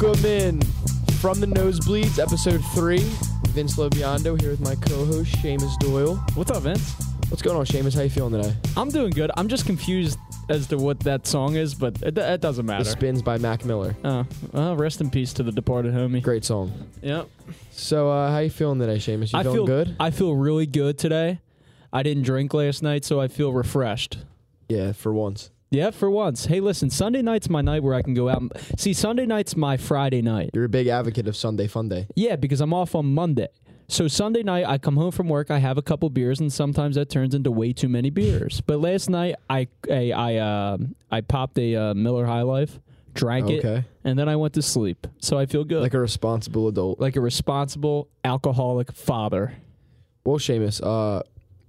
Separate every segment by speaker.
Speaker 1: Welcome in from the Nosebleeds, episode three. Vince Lobiondo here with my co-host Seamus Doyle.
Speaker 2: What's up, Vince?
Speaker 1: What's going on, Seamus? How you feeling today?
Speaker 2: I'm doing good. I'm just confused as to what that song is, but it, it doesn't
Speaker 1: The
Speaker 2: matter.
Speaker 1: Spins by Mac Miller.
Speaker 2: uh, well, rest in peace to the departed homie.
Speaker 1: Great song.
Speaker 2: Yep.
Speaker 1: So, uh, how you feeling today, Seamus? You
Speaker 2: I
Speaker 1: feeling
Speaker 2: feel
Speaker 1: good?
Speaker 2: I feel really good today. I didn't drink last night, so I feel refreshed.
Speaker 1: Yeah, for once.
Speaker 2: Yeah, for once. Hey, listen, Sunday night's my night where I can go out. And, see, Sunday night's my Friday night.
Speaker 1: You're a big advocate of Sunday Fun Day.
Speaker 2: Yeah, because I'm off on Monday. So Sunday night, I come home from work. I have a couple beers, and sometimes that turns into way too many beers. But last night, I I I, uh, I popped a uh, Miller High Life, drank it,
Speaker 1: Okay.
Speaker 2: and then I went to sleep. So I feel good, like,
Speaker 1: Like a responsible adult.
Speaker 2: a responsible alcoholic father.
Speaker 1: Well, Seamus, uh,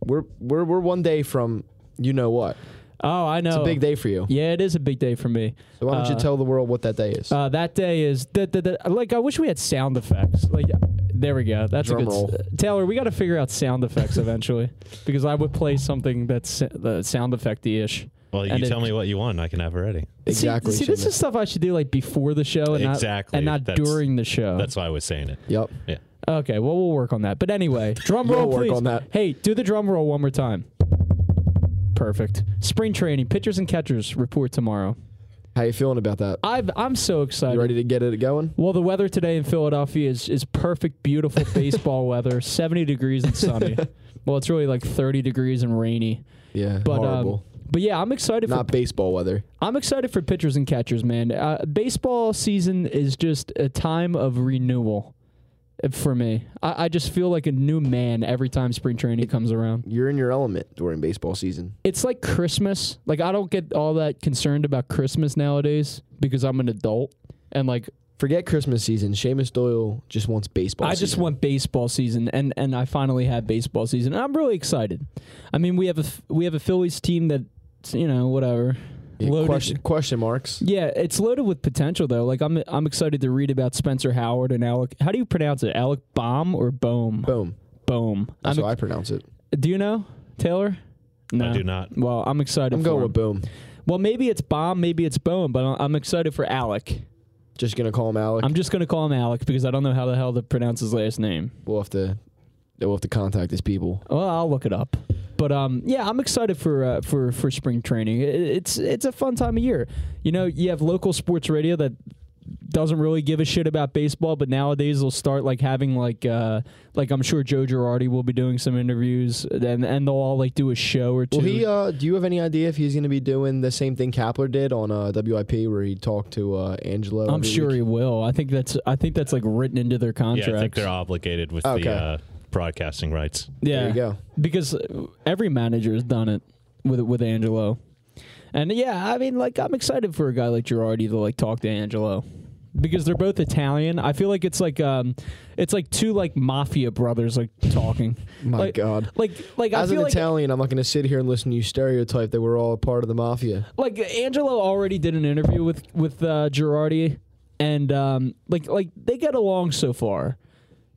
Speaker 1: we're we're we're one day from you know what.
Speaker 2: Oh, I know.
Speaker 1: It's a big day for you.
Speaker 2: Yeah, it is a big day for me.
Speaker 1: So why don't you
Speaker 2: Uh,
Speaker 1: tell the world what that day is?
Speaker 2: Uh, that day is da, da, da, like I wish we had sound effects. Like there we go. That's
Speaker 1: Drum
Speaker 2: a good s- Uh,
Speaker 1: roll.
Speaker 2: Taylor. We got to figure out sound effects eventually because I would play something that's uh, the sound effecty ish.
Speaker 3: Well,
Speaker 2: And
Speaker 3: you
Speaker 2: it-
Speaker 3: tell me what you want, I can have it ready.
Speaker 1: exactly.
Speaker 2: See, see this
Speaker 1: Seamus.
Speaker 2: is stuff I should do like before the show and
Speaker 3: Exactly.
Speaker 2: not and not
Speaker 3: That's-
Speaker 2: during the show.
Speaker 3: That's why I was saying it.
Speaker 1: yep.
Speaker 3: Yeah.
Speaker 2: okay. Well, we'll work on that. But anyway, drum
Speaker 1: You'll
Speaker 2: roll,
Speaker 1: work
Speaker 2: please.
Speaker 1: on that.
Speaker 2: Hey, do the drum roll one more time. Perfect. Spring training. Pitchers and catchers report tomorrow.
Speaker 1: How you feeling about that?
Speaker 2: I've, I'm so excited.
Speaker 1: You ready to get it going?
Speaker 2: Well, the weather today in Philadelphia is, is perfect, beautiful baseball weather. 70 degrees and sunny. well, it's really like 30 degrees and rainy.
Speaker 1: Yeah.
Speaker 2: But um,
Speaker 1: horrible.
Speaker 2: but yeah, I'm excited
Speaker 1: Not
Speaker 2: for
Speaker 1: baseball weather.
Speaker 2: I'm excited for pitchers and catchers, man. Uh, baseball season is just a time of renewal uh, for me. I, I just feel like a new man every time spring training comes around.
Speaker 1: You're in your element during baseball season.
Speaker 2: It's like Christmas. Like I don't get all that concerned about Christmas nowadays because I'm an adult and like
Speaker 1: Forget Christmas season. Seamus Doyle just wants baseball.
Speaker 2: I just
Speaker 1: season.
Speaker 2: want baseball season, and and I finally have baseball season. And I'm really excited. I mean, we have a f- we have a Phillies team that you know whatever.
Speaker 1: Yeah,
Speaker 2: loaded-
Speaker 1: question question marks.
Speaker 2: Yeah, it's loaded with potential though. Like I'm I'm excited to read about Spencer Howard and Alec. How do you pronounce it? Alec Baum or Bohm?
Speaker 1: Boom.
Speaker 2: Bohm.
Speaker 1: That's
Speaker 2: I'm
Speaker 1: how I pronounce it.
Speaker 2: ex- do you know Taylor? No.
Speaker 3: I do not.
Speaker 2: Well, I'm excited.
Speaker 1: I'm
Speaker 2: for
Speaker 1: going
Speaker 2: him.
Speaker 1: with boom.
Speaker 2: Well, maybe it's Baum, maybe it's Bohm, but I- I'm excited for Alec.
Speaker 1: Just gonna call him Alec.
Speaker 2: I'm just gonna call him Alec because I don't know how the hell to pronounce his last name.
Speaker 1: we'll have to we'll have to contact his people.
Speaker 2: Well, I'll look it up. But um, yeah, I'm excited for uh, for for spring training. It- It's it's a fun time of year. You know, you have local sports radio that doesn't really give a shit about baseball, but nowadays they'll start like having like uh like I'm sure Joe Girardi will be doing some interviews, and and they'll all like do a show or two.
Speaker 1: Well, he. Uh, do you have any idea if he's going to be doing the same thing Kapler did on uh, WIP, where he talked to uh, Angelo?
Speaker 2: I'm
Speaker 1: every
Speaker 2: sure
Speaker 1: week?
Speaker 2: he will. I think that's I think that's like written into their contracts.
Speaker 3: Yeah, I think they're obligated with
Speaker 1: Okay.
Speaker 3: the uh, broadcasting rights.
Speaker 2: Yeah.
Speaker 1: There you go.
Speaker 2: because every manager has done it with with Angelo, and yeah, I mean, like I'm excited for a guy like Girardi to like talk to Angelo because they're both Italian. I feel like it's like um, it's like two like mafia brothers like talking.
Speaker 1: My
Speaker 2: like,
Speaker 1: God.
Speaker 2: Like like
Speaker 1: As
Speaker 2: I
Speaker 1: an
Speaker 2: feel like
Speaker 1: Italian, I'm not going to sit here and listen to you stereotype that we're all a part of the mafia.
Speaker 2: like Angelo already did an interview with with uh, Girardi, and um, like like they get along so far.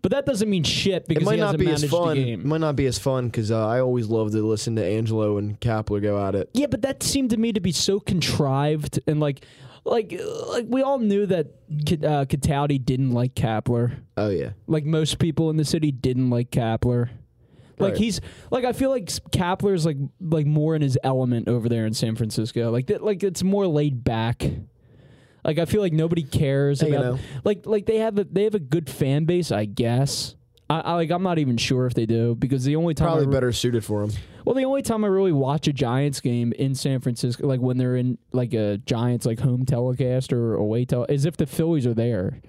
Speaker 2: But that doesn't mean shit because
Speaker 1: It might
Speaker 2: he
Speaker 1: not
Speaker 2: hasn't
Speaker 1: be as
Speaker 2: managed
Speaker 1: fun.
Speaker 2: the
Speaker 1: It
Speaker 2: game.
Speaker 1: might not be as fun because uh, I always love to listen to Angelo and Kapler go at it.
Speaker 2: Yeah, but that seemed to me to be so contrived and like, like, like we all knew that K- uh, Cataldi didn't like Kapler.
Speaker 1: Oh yeah.
Speaker 2: Like most people in the city didn't like Kapler. Like
Speaker 1: Right.
Speaker 2: he's like I feel like S- Kapler's like like more in his element over there in San Francisco. Like that like it's more laid back. Like I feel like nobody cares
Speaker 1: Hanging
Speaker 2: about
Speaker 1: out.
Speaker 2: like like they have a they have a good fan base, I guess. I, I like I'm not even sure if they do because the only time I
Speaker 1: Probably
Speaker 2: re-
Speaker 1: better suited for him.
Speaker 2: well, the only time I really watch a Giants game in San Francisco, like when they're in like a Giants like home telecast or away tele, is if the Phillies are there.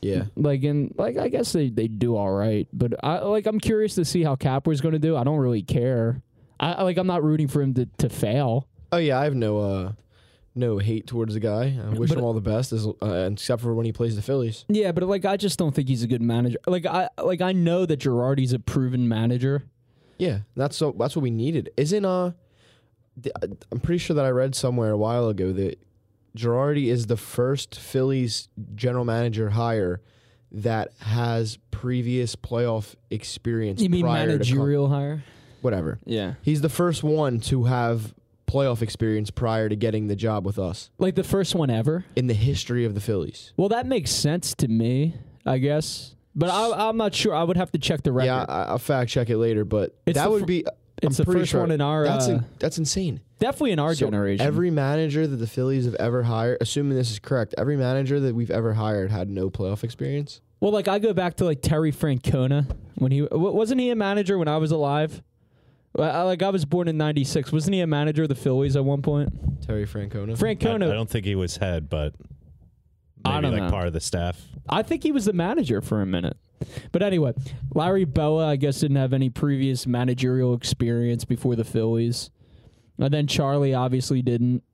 Speaker 1: Yeah.
Speaker 2: Like and like I guess they they do all right, but I like I'm curious to see how Capler's going to do. I don't really care. I I- like I'm not rooting for him to to fail.
Speaker 1: Oh yeah. I have no uh, no hate towards the guy. I wish
Speaker 2: But-
Speaker 1: him all the best, as, uh, except for when he plays the Phillies.
Speaker 2: Yeah, but like I just don't think he's a good manager. Like I like I know that Girardi's a proven manager.
Speaker 1: Yeah, that's so. That's what we needed. Isn't uh, th- I'm pretty sure that I read somewhere a while ago that Girardi is the first Phillies general manager hire that has previous playoff experience.
Speaker 2: You mean
Speaker 1: prior to com-
Speaker 2: managerial hire?
Speaker 1: whatever.
Speaker 2: Yeah.
Speaker 1: He's the first one to have playoff experience prior to getting the job with us
Speaker 2: Like the first one ever.
Speaker 1: in the history of the Phillies.
Speaker 2: Well, that makes sense to me, I guess. But I, I'm not sure. I would have to check the record.
Speaker 1: Yeah, I, I'll fact check it later, but
Speaker 2: It's
Speaker 1: that
Speaker 2: the
Speaker 1: would
Speaker 2: fir-
Speaker 1: be. I'm
Speaker 2: it's the
Speaker 1: pretty
Speaker 2: first
Speaker 1: sure
Speaker 2: one in our,
Speaker 1: That's,
Speaker 2: uh,
Speaker 1: that's insane.
Speaker 2: Definitely in our
Speaker 1: So
Speaker 2: generation.
Speaker 1: Every manager that the Phillies have ever hired, assuming this is correct, every manager that we've ever hired had no playoff experience.
Speaker 2: well, like I go back to like Terry Francona when he w- wasn't he a manager when I was alive. Well, I, like I was born in '96. Wasn't he a manager of the Phillies at one point?
Speaker 1: Terry Francona.
Speaker 3: I, I
Speaker 2: Francona. I,
Speaker 3: don't think he was head, but maybe
Speaker 2: I don't
Speaker 3: like
Speaker 2: know.
Speaker 3: part of the staff.
Speaker 2: think he was the manager for a minute. But anyway, Larry Boa, I guess, didn't have any previous managerial experience before the Phillies. And then Charlie obviously didn't.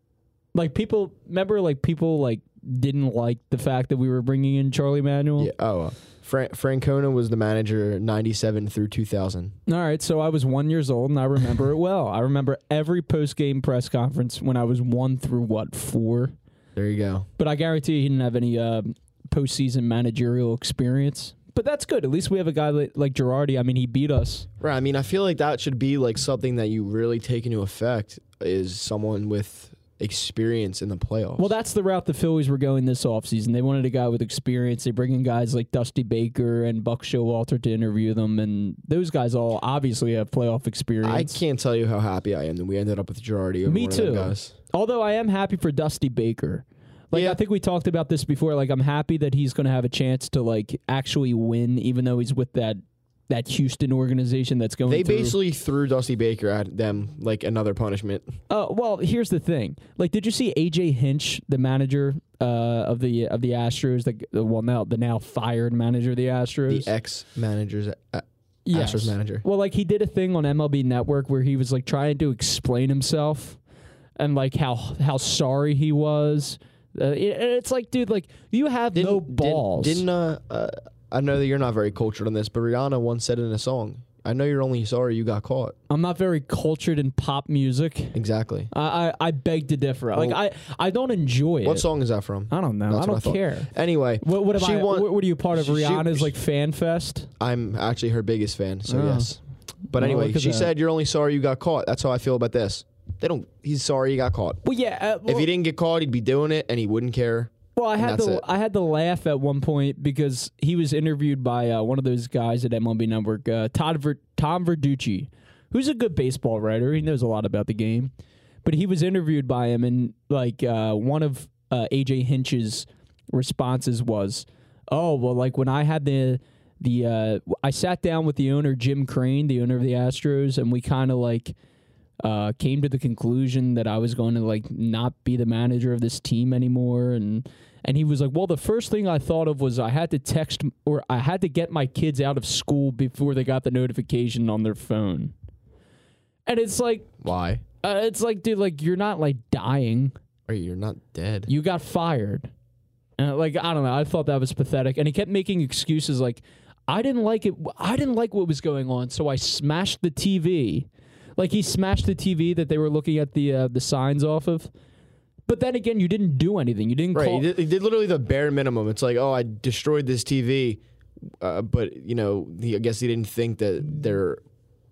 Speaker 2: Like people, remember, like people like didn't like the fact that we were bringing in Charlie Manuel.
Speaker 1: Yeah. Oh, uh, Fran- Francona was the manager 97 through 2000.
Speaker 2: All right, so I was one years old and I remember it well. I remember every post game press conference when I was one through what four.
Speaker 1: There you go.
Speaker 2: But I guarantee he didn't have any uh, postseason managerial experience. But that's good. At least we have a guy li- like Girardi. I mean, he beat us.
Speaker 1: Right. I mean, I feel like that should be like something that you really take into effect is someone with experience in the playoffs.
Speaker 2: Well, that's the route the Phillies were going this offseason. They wanted a guy with experience. They bring in guys like Dusty Baker and Buck Showalter to interview them, and those guys all obviously have playoff experience.
Speaker 1: I can't tell you how happy I am that we ended up with Girardi. Over
Speaker 2: Me
Speaker 1: one of them
Speaker 2: too.
Speaker 1: guys.
Speaker 2: Although I am happy for Dusty Baker. Like
Speaker 1: Yeah.
Speaker 2: I think we talked about this before. Like I'm happy that he's going to have a chance to like actually win, even though he's with that that Houston organization that's going.
Speaker 1: They
Speaker 2: through-
Speaker 1: basically threw Dusty Baker at them like another punishment.
Speaker 2: Uh, well, here's the thing. Like, did you see AJ Hinch, the manager uh, of the of the Astros? The well, now the now fired manager of the Astros.
Speaker 1: The ex managers, uh,
Speaker 2: Yes.
Speaker 1: Astros manager.
Speaker 2: Well, like he did a thing on MLB Network where he was like trying to explain himself and like how how sorry he was. Uh, it- it's like, dude, like you have no
Speaker 1: didn't-
Speaker 2: balls.
Speaker 1: Didn't, uh, uh, I know that you're not very cultured on this, but Rihanna once said in a song, "I know you're only sorry you got caught."
Speaker 2: I'm not very cultured in pop music.
Speaker 1: Exactly.
Speaker 2: I I, I beg to differ. like I I don't enjoy it.
Speaker 1: What song is that from?
Speaker 2: I don't know.
Speaker 1: That's
Speaker 2: I
Speaker 1: what
Speaker 2: don't
Speaker 1: thought.
Speaker 2: care.
Speaker 1: Anyway,
Speaker 2: What what am
Speaker 1: she
Speaker 2: I?
Speaker 1: want-
Speaker 2: what, what are you part of
Speaker 1: she-
Speaker 2: Rihanna's
Speaker 1: she-
Speaker 2: like fan fest?
Speaker 1: I'm actually her biggest fan, so
Speaker 2: Oh.
Speaker 1: yes. But
Speaker 2: Well,
Speaker 1: anyway,
Speaker 2: look at
Speaker 1: she
Speaker 2: that.
Speaker 1: said you're only sorry you got caught. That's how I feel about this. They don't. He's sorry he got caught.
Speaker 2: Well, yeah. Uh, well,
Speaker 1: if he didn't get caught, he'd be doing it, and he wouldn't care.
Speaker 2: Well, I
Speaker 1: And
Speaker 2: had
Speaker 1: that's
Speaker 2: to
Speaker 1: it.
Speaker 2: I had to laugh at one point because he was interviewed by uh, one of those guys at MLB Network, uh, Todd Ver- Tom Verducci, who's a good baseball writer. He knows a lot about the game, but he was interviewed by him, and like uh, one of uh, AJ Hinch's responses was, "Oh, well, like when I had the the uh, I sat down with the owner Jim Crane, the owner of the Astros, and we kind of like." uh, came to the conclusion that I was going to like not be the manager of this team anymore, and and he was like, well, the first thing I thought of was I had to text or I had to get my kids out of school before they got the notification on their phone, and it's like
Speaker 1: Why?
Speaker 2: uh, it's like dude, like you're not like dying,
Speaker 1: Or you're not dead.
Speaker 2: you got fired, and like I don't know, I thought that was pathetic, and he kept making excuses like I didn't like it, I didn't like what was going on, so I smashed the TV like he smashed the TV that they were looking at the uh, the signs off of. But then again, you didn't do anything. You didn't
Speaker 1: right.
Speaker 2: call.
Speaker 1: He did, he did literally the bare minimum. It's like, oh, I destroyed this TV, uh, but you know, he, I guess he didn't think that they're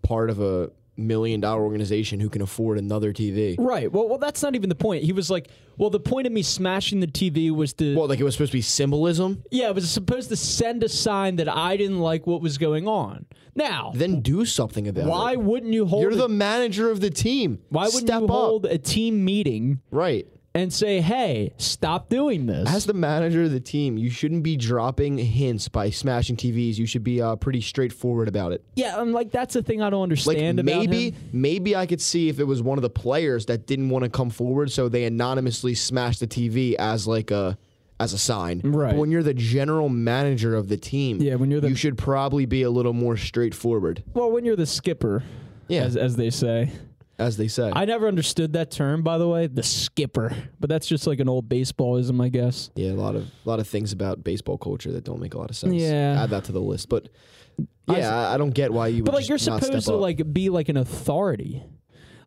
Speaker 1: part of a million dollar organization who can afford another TV.
Speaker 2: Right. Well, well, that's not even the point. He was like, well, the point of me smashing the TV was to.
Speaker 1: Well, like it was supposed to be symbolism.
Speaker 2: yeah, it was supposed to send a sign that I didn't like what was going on. Now,
Speaker 1: Then do something about
Speaker 2: why
Speaker 1: it.
Speaker 2: wouldn't you hold?
Speaker 1: You're
Speaker 2: a-
Speaker 1: the manager of the team.
Speaker 2: why wouldn't
Speaker 1: Step
Speaker 2: you
Speaker 1: up.
Speaker 2: hold a team meeting
Speaker 1: Right.
Speaker 2: and say, hey, stop doing this?
Speaker 1: As the manager of the team, you shouldn't be dropping hints by smashing TVs. You should be uh, pretty straightforward about it.
Speaker 2: yeah, I'm like, that's the thing I don't
Speaker 1: Like
Speaker 2: understand about
Speaker 1: maybe
Speaker 2: him.
Speaker 1: maybe I could see if it was one of the players that didn't want to come forward, so they anonymously smashed the TV as like a as a sign.
Speaker 2: Right.
Speaker 1: But when you're the general manager of the team,
Speaker 2: Yeah, when you're the-
Speaker 1: you should probably be a little more straightforward,
Speaker 2: Well, when you're the skipper,
Speaker 1: Yeah.
Speaker 2: as, as they say.
Speaker 1: as they say.
Speaker 2: I never understood that term, by the way, the skipper. But that's just like an old baseballism, I guess.
Speaker 1: yeah, a lot of a lot of things about baseball culture that don't make a lot of sense.
Speaker 2: Yeah.
Speaker 1: Add that to the list, but.
Speaker 2: I
Speaker 1: Yeah, I, I don't get why you would
Speaker 2: But like
Speaker 1: just
Speaker 2: you're
Speaker 1: not
Speaker 2: supposed
Speaker 1: step
Speaker 2: to
Speaker 1: up.
Speaker 2: like be like an authority.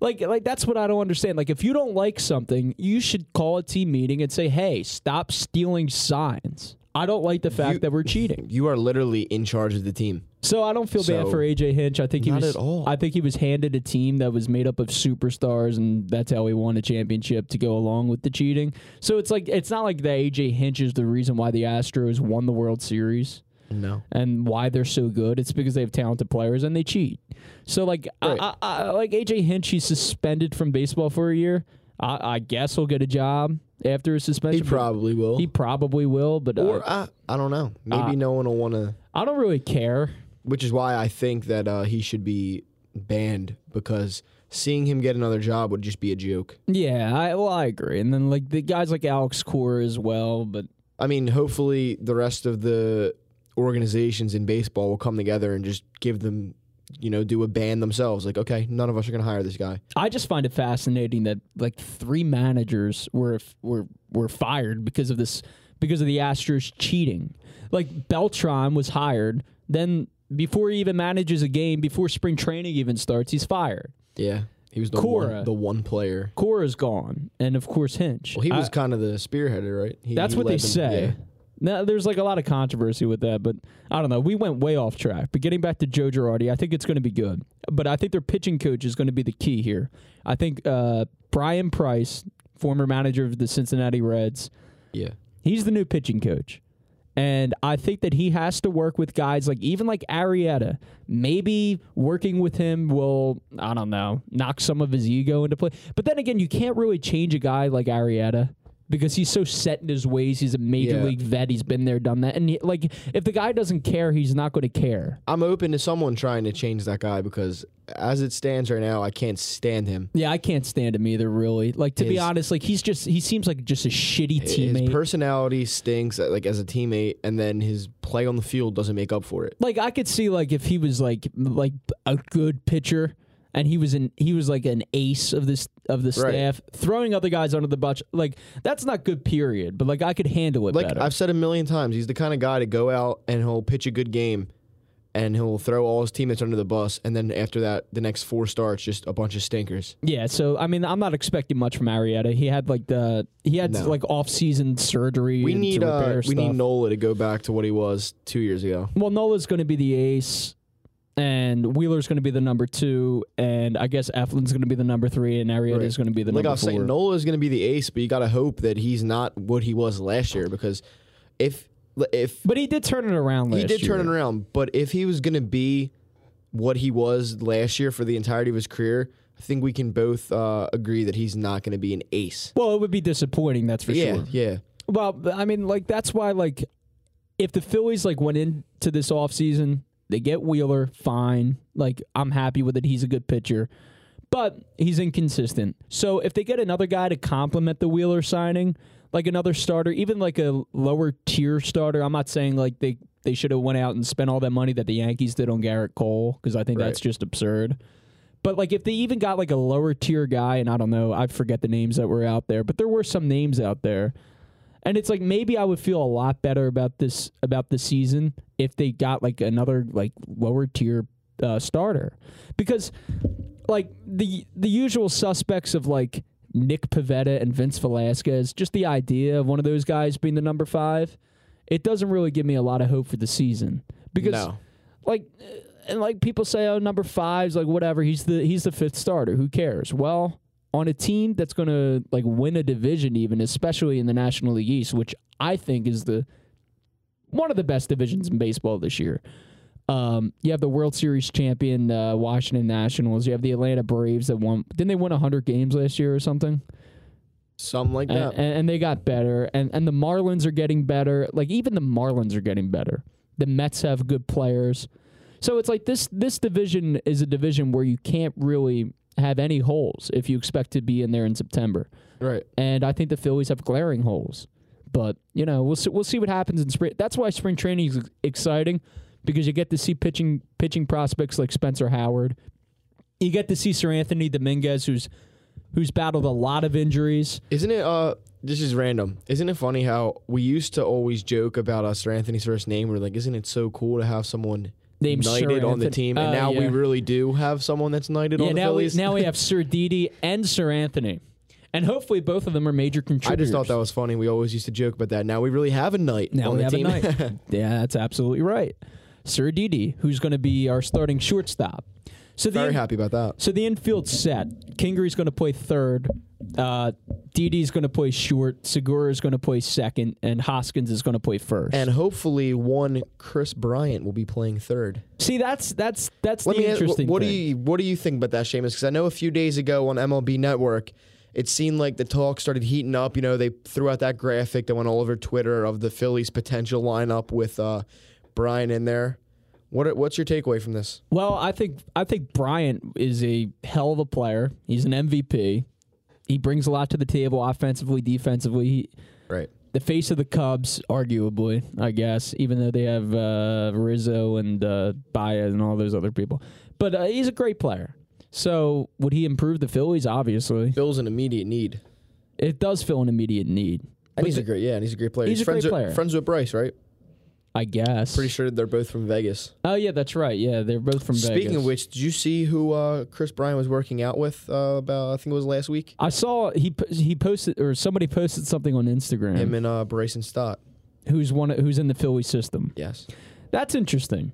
Speaker 2: Like like that's what I don't understand. Like if you don't like something, you should call a team meeting and say, "Hey, stop stealing signs. I don't like the fact
Speaker 1: You-
Speaker 2: that we're cheating."
Speaker 1: You are literally in charge of the team.
Speaker 2: So I don't feel bad
Speaker 1: So,
Speaker 2: for AJ Hinch. I think he
Speaker 1: not
Speaker 2: was.
Speaker 1: at all.
Speaker 2: I think he was handed a team that was made up of superstars, and that's how he won a championship to go along with the cheating. So it's like it's not like that AJ Hinch is the reason why the Astros won the World Series
Speaker 1: No.
Speaker 2: and why they're so good. It's because they have talented players and they cheat. So like
Speaker 1: Right.
Speaker 2: I, I, I, like AJ Hinch, he's suspended from baseball for a year. I, I guess he'll get a job after his
Speaker 1: He
Speaker 2: suspension. but
Speaker 1: probably will.
Speaker 2: he probably will, but uh,
Speaker 1: or uh, I don't know. Maybe no one will want to.
Speaker 2: I don't really care.
Speaker 1: Which is why I think that uh, he should be banned because seeing him get another job would just be a joke.
Speaker 2: Yeah, I well, I agree. And then like the guys like Alex Cora as well, but
Speaker 1: I mean, hopefully the rest of the organizations in baseball will come together and just give them, you know, do a ban themselves. Like, okay, none of us are going to hire this guy.
Speaker 2: I just find it fascinating that like three managers were were were fired because of this because of the Astros cheating. Like Beltron was hired, then before he even manages a game, before spring training even starts, he's fired.
Speaker 1: Yeah, he was the
Speaker 2: Cora.
Speaker 1: one, the one player.
Speaker 2: Cora's gone, and of course Hinch.
Speaker 1: Well, he was
Speaker 2: I-
Speaker 1: kind of the spearheader, right? He,
Speaker 2: that's
Speaker 1: he
Speaker 2: what they
Speaker 1: led them-
Speaker 2: say.
Speaker 1: yeah.
Speaker 2: Now, there's like a lot of controversy with that, but I don't know. We went way off track. But getting back to Joe Girardi, I think it's going to be good. But I think their pitching coach is going to be the key here. I think uh, Brian Price, former manager of the Cincinnati Reds,
Speaker 1: Yeah.
Speaker 2: he's the new pitching coach. And I think that he has to work with guys like even like Arietta. Maybe working with him will, I don't know, knock some of his ego into play. But then again, you can't really change a guy like Arietta because he's so set in his ways. He's a major
Speaker 1: Yeah.
Speaker 2: league vet. He's been there, done that. And he- like if the guy doesn't care, he's not going to care.
Speaker 1: I'm open to someone trying to change that guy because as it stands right now, I can't stand him.
Speaker 2: Yeah, I can't stand him either, really. Like to be
Speaker 1: His-
Speaker 2: honest, like he's just he seems like just a shitty
Speaker 1: His
Speaker 2: teammate.
Speaker 1: personality stinks, uh, like as a teammate, and then his play on the field doesn't make up for it.
Speaker 2: like I could see like if he was like like a good pitcher and he was an he was like an ace of this of the
Speaker 1: Right.
Speaker 2: staff throwing other guys under the bus like that's not good period but like I could handle it
Speaker 1: Like
Speaker 2: better.
Speaker 1: I've said a million times, he's the kind of guy to go out and he'll pitch a good game, and he'll throw all his teammates under the bus, and then after that, the next four starts just a bunch of stinkers.
Speaker 2: yeah, so I mean I'm not expecting much from Arietta. He had like the he had
Speaker 1: No.
Speaker 2: like off-season surgery
Speaker 1: We
Speaker 2: and
Speaker 1: need
Speaker 2: to repair
Speaker 1: uh, we
Speaker 2: stuff.
Speaker 1: need Nola to go back to what he was two years ago.
Speaker 2: well Nola's going to be the ace and Wheeler's going to be the number 2 and I guess Eflin's going to be the number 3 and
Speaker 1: Right.
Speaker 2: Arietta's going to be the
Speaker 1: like I
Speaker 2: number
Speaker 1: was
Speaker 2: 4.
Speaker 1: saying, Nola is going to be the ace, but you got to hope that he's not what he was last year because if if
Speaker 2: but he did turn it around last
Speaker 1: he did turn
Speaker 2: year.
Speaker 1: it around, but if he was going to be what he was last year for the entirety of his career, I think we can both uh, agree that he's not going to be an ace.
Speaker 2: Well, it would be disappointing, that's for
Speaker 1: yeah,
Speaker 2: sure.
Speaker 1: yeah.
Speaker 2: Well, I mean, like that's why like if the Phillies like went into this offseason, they get Wheeler, fine. Like I'm happy with it. He's a good pitcher. But he's inconsistent. So if they get another guy to complement the Wheeler signing, like another starter, even like a lower tier starter, I'm not saying like they they should have went out and spent all that money that the Yankees did on Garrett Cole because I think
Speaker 1: Right.
Speaker 2: that's just absurd. But like if they even got like a lower tier guy, and I don't know, I forget the names that were out there, but there were some names out there. And it's like maybe I would feel a lot better about this about the season if they got like another like lower tier uh, starter, because like the the usual suspects of like Nick Pavetta and Vince Velasquez, just the idea of one of those guys being the number five, it doesn't really give me a lot of hope for the season because
Speaker 1: no.
Speaker 2: like uh, and like people say oh number five's like whatever he's the he's the fifth starter who cares well on a team that's going to like win a division even especially in the national league east which i think is the one of the best divisions in baseball this year um, you have the World Series champion uh, Washington Nationals. You have the Atlanta Braves that won. Didn't they win 100 games last year or something?
Speaker 1: Something like that.
Speaker 2: and, and, and they got better and and the Marlins are getting better like even the Marlins are getting better the Mets have good players so it's like this this division is a division where you can't really have any holes if you expect to be in there in September
Speaker 1: right.
Speaker 2: and I think the Phillies have glaring holes but you know we'll see, we'll see what happens in spring that's why spring training is exciting because you get to see pitching pitching prospects like Spencer Howard you get to see Sir Anthony Dominguez who's who's battled a lot of injuries
Speaker 1: Isn't it? Uh, this is random. Isn't it funny how we used to always joke about us or Anthony's first name? We're like, isn't it so cool to have someone
Speaker 2: Named Sir
Speaker 1: knighted on the
Speaker 2: Anthony.
Speaker 1: team? And
Speaker 2: Oh,
Speaker 1: now we
Speaker 2: yeah.
Speaker 1: really do have someone that's knighted
Speaker 2: Yeah,
Speaker 1: on the
Speaker 2: now we,
Speaker 1: Phillies.
Speaker 2: now we have Sir Didi and Sir Anthony. And hopefully both of them are major contributors.
Speaker 1: I just thought that was funny. We always used to joke about that. Now we really have a knight
Speaker 2: now
Speaker 1: on
Speaker 2: we
Speaker 1: the
Speaker 2: have
Speaker 1: team.
Speaker 2: a night. yeah, that's absolutely right. Sir Didi, who's going to be our starting shortstop. So the
Speaker 1: Very
Speaker 2: in-
Speaker 1: happy about that.
Speaker 2: so the infield's set. Kingery's going to play third. Uh, Didi's going to play short. Segura's going to play second, and Hoskins is going to play first.
Speaker 1: And hopefully, one Chris Bryant will be playing third.
Speaker 2: see, that's that's that's
Speaker 1: Let
Speaker 2: the
Speaker 1: me ask,
Speaker 2: interesting.
Speaker 1: wh- what
Speaker 2: thing.
Speaker 1: do you what do you think about that, Seamus? Because I know a few days ago on MLB Network, it seemed like the talk started heating up. You know, they threw out that graphic that went all over Twitter of the Phillies' potential lineup with uh, Brian in there. What are, what's your takeaway from this?
Speaker 2: Well, I think I think Bryant is a hell of a player. He's an MVP. He brings a lot to the table offensively, defensively. He,
Speaker 1: Right.
Speaker 2: the face of the Cubs, arguably, I guess, even though they have uh, Rizzo and uh, Baez and all those other people. But uh, he's a great player. So would he improve the Phillies? Obviously,
Speaker 1: Bill's an immediate need,
Speaker 2: it does fill an immediate need.
Speaker 1: and
Speaker 2: But
Speaker 1: he's
Speaker 2: the-
Speaker 1: a great yeah, and he's a great player.
Speaker 2: He's a great
Speaker 1: friends with,
Speaker 2: player.
Speaker 1: Friends with Bryce, right?
Speaker 2: I guess.
Speaker 1: Pretty sure they're both from Vegas.
Speaker 2: Oh yeah, that's right. Yeah, they're both from.
Speaker 1: Speaking
Speaker 2: Vegas.
Speaker 1: of which, did you see who uh, Chris Bryant was working out with? Uh, about I think it was last week.
Speaker 2: I saw he po- he posted or somebody posted something on Instagram.
Speaker 1: Him and uh, Bryson Stott.
Speaker 2: who's one who's in the Philly system.
Speaker 1: Yes.
Speaker 2: That's interesting.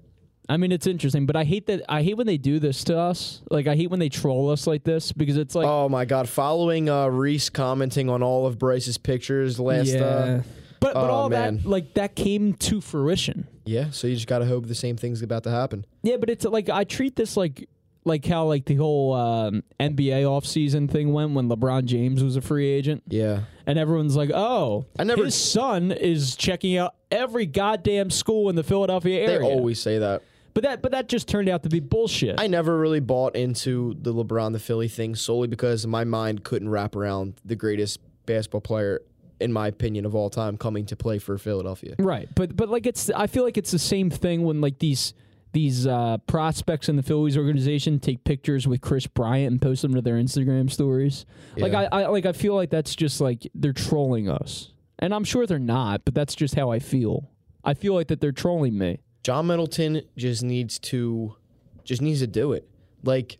Speaker 2: I mean, it's interesting, but I hate that. I hate when they do this to us. Like, I hate when they troll us like this because it's like,
Speaker 1: oh my God! Following uh, Reese commenting on all of Bryce's pictures last.
Speaker 2: yeah.
Speaker 1: Uh,
Speaker 2: but but
Speaker 1: oh,
Speaker 2: all
Speaker 1: man.
Speaker 2: that like that came to fruition.
Speaker 1: yeah. So you just gotta hope the same thing's about to happen.
Speaker 2: Yeah, but it's like I treat this like like how like the whole um, NBA offseason thing went when LeBron James was a free agent
Speaker 1: Yeah.
Speaker 2: and everyone's like, oh,
Speaker 1: I never-
Speaker 2: his son is checking out every goddamn school in the Philadelphia
Speaker 1: They
Speaker 2: area.
Speaker 1: always say that.
Speaker 2: but that but that just turned out to be bullshit.
Speaker 1: I never really bought into the LeBron the Philly thing solely because my mind couldn't wrap around the greatest basketball player, in my opinion, of all time coming to play for Philadelphia.
Speaker 2: Right, but but like it's I feel like it's the same thing when like these these uh, prospects in the Phillies organization take pictures with Chris Bryant and post them to their Instagram stories. Like I,
Speaker 1: Yeah.
Speaker 2: I like I feel like that's just like they're trolling us, and I'm sure they're not, but that's just how I feel. I feel like that they're trolling me.
Speaker 1: John Middleton just needs to just needs to do it. Like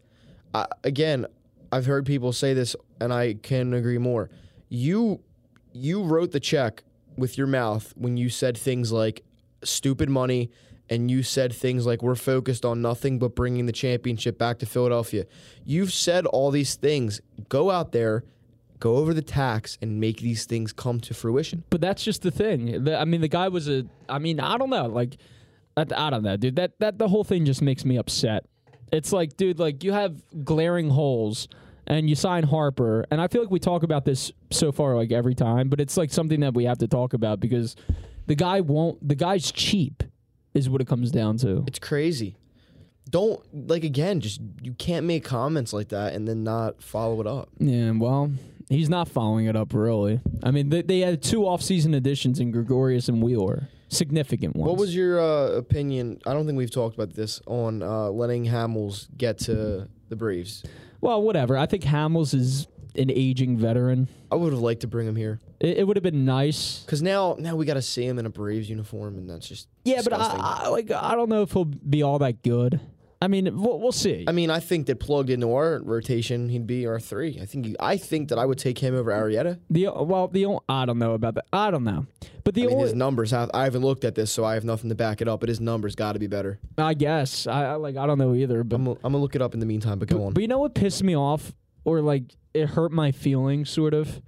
Speaker 1: I, again, I've heard people say this and I can agree more. You you wrote the check with your mouth when you said things like stupid money and you said things like we're focused on nothing but bringing the championship back to Philadelphia. You've said all these things. Go out there, go over the tax and make these things come to fruition.
Speaker 2: But that's just the thing. The, I mean, the guy was a. I mean, I don't know. Like, I, I don't know, dude. That that the whole thing just makes me upset. It's like, dude, like you have glaring holes, and you sign Harper, and I feel like we talk about this so far like every time, but it's like something that we have to talk about because the guy won't. The guy's cheap, is what it comes down to.
Speaker 1: It's crazy. Don't like again. Just you can't make comments like that and then not follow it up.
Speaker 2: Yeah, well, he's not following it up really. I mean, they, they had two off-season additions in Gregorius and Wheeler, significant ones.
Speaker 1: What was your uh, opinion? I don't think we've talked about this on uh, letting Hamels get to the Braves.
Speaker 2: Well, whatever. I think Hamels is an aging veteran.
Speaker 1: I would have liked to bring him here
Speaker 2: It, it would have been nice.
Speaker 1: because now now we got to see him in a Braves uniform, and that's just
Speaker 2: Yeah, but I,
Speaker 1: disgusting.
Speaker 2: I like I don't know if he'll be all that good. I mean, we'll, we'll see.
Speaker 1: I mean, I think that plugged into our rotation, he'd be our three. I think he, I think that I would take him over Arietta.
Speaker 2: the well, the on- I don't know about that. I don't know, but the
Speaker 1: I mean,
Speaker 2: only
Speaker 1: his numbers. Have, I haven't looked at this, so I have nothing to back it up. But his numbers got to be better.
Speaker 2: I guess I, I like I don't know either. But
Speaker 1: I'm, gonna- I'm gonna look it up in the meantime. But go on.
Speaker 2: but you know what pissed me off or like it hurt my feelings sort of.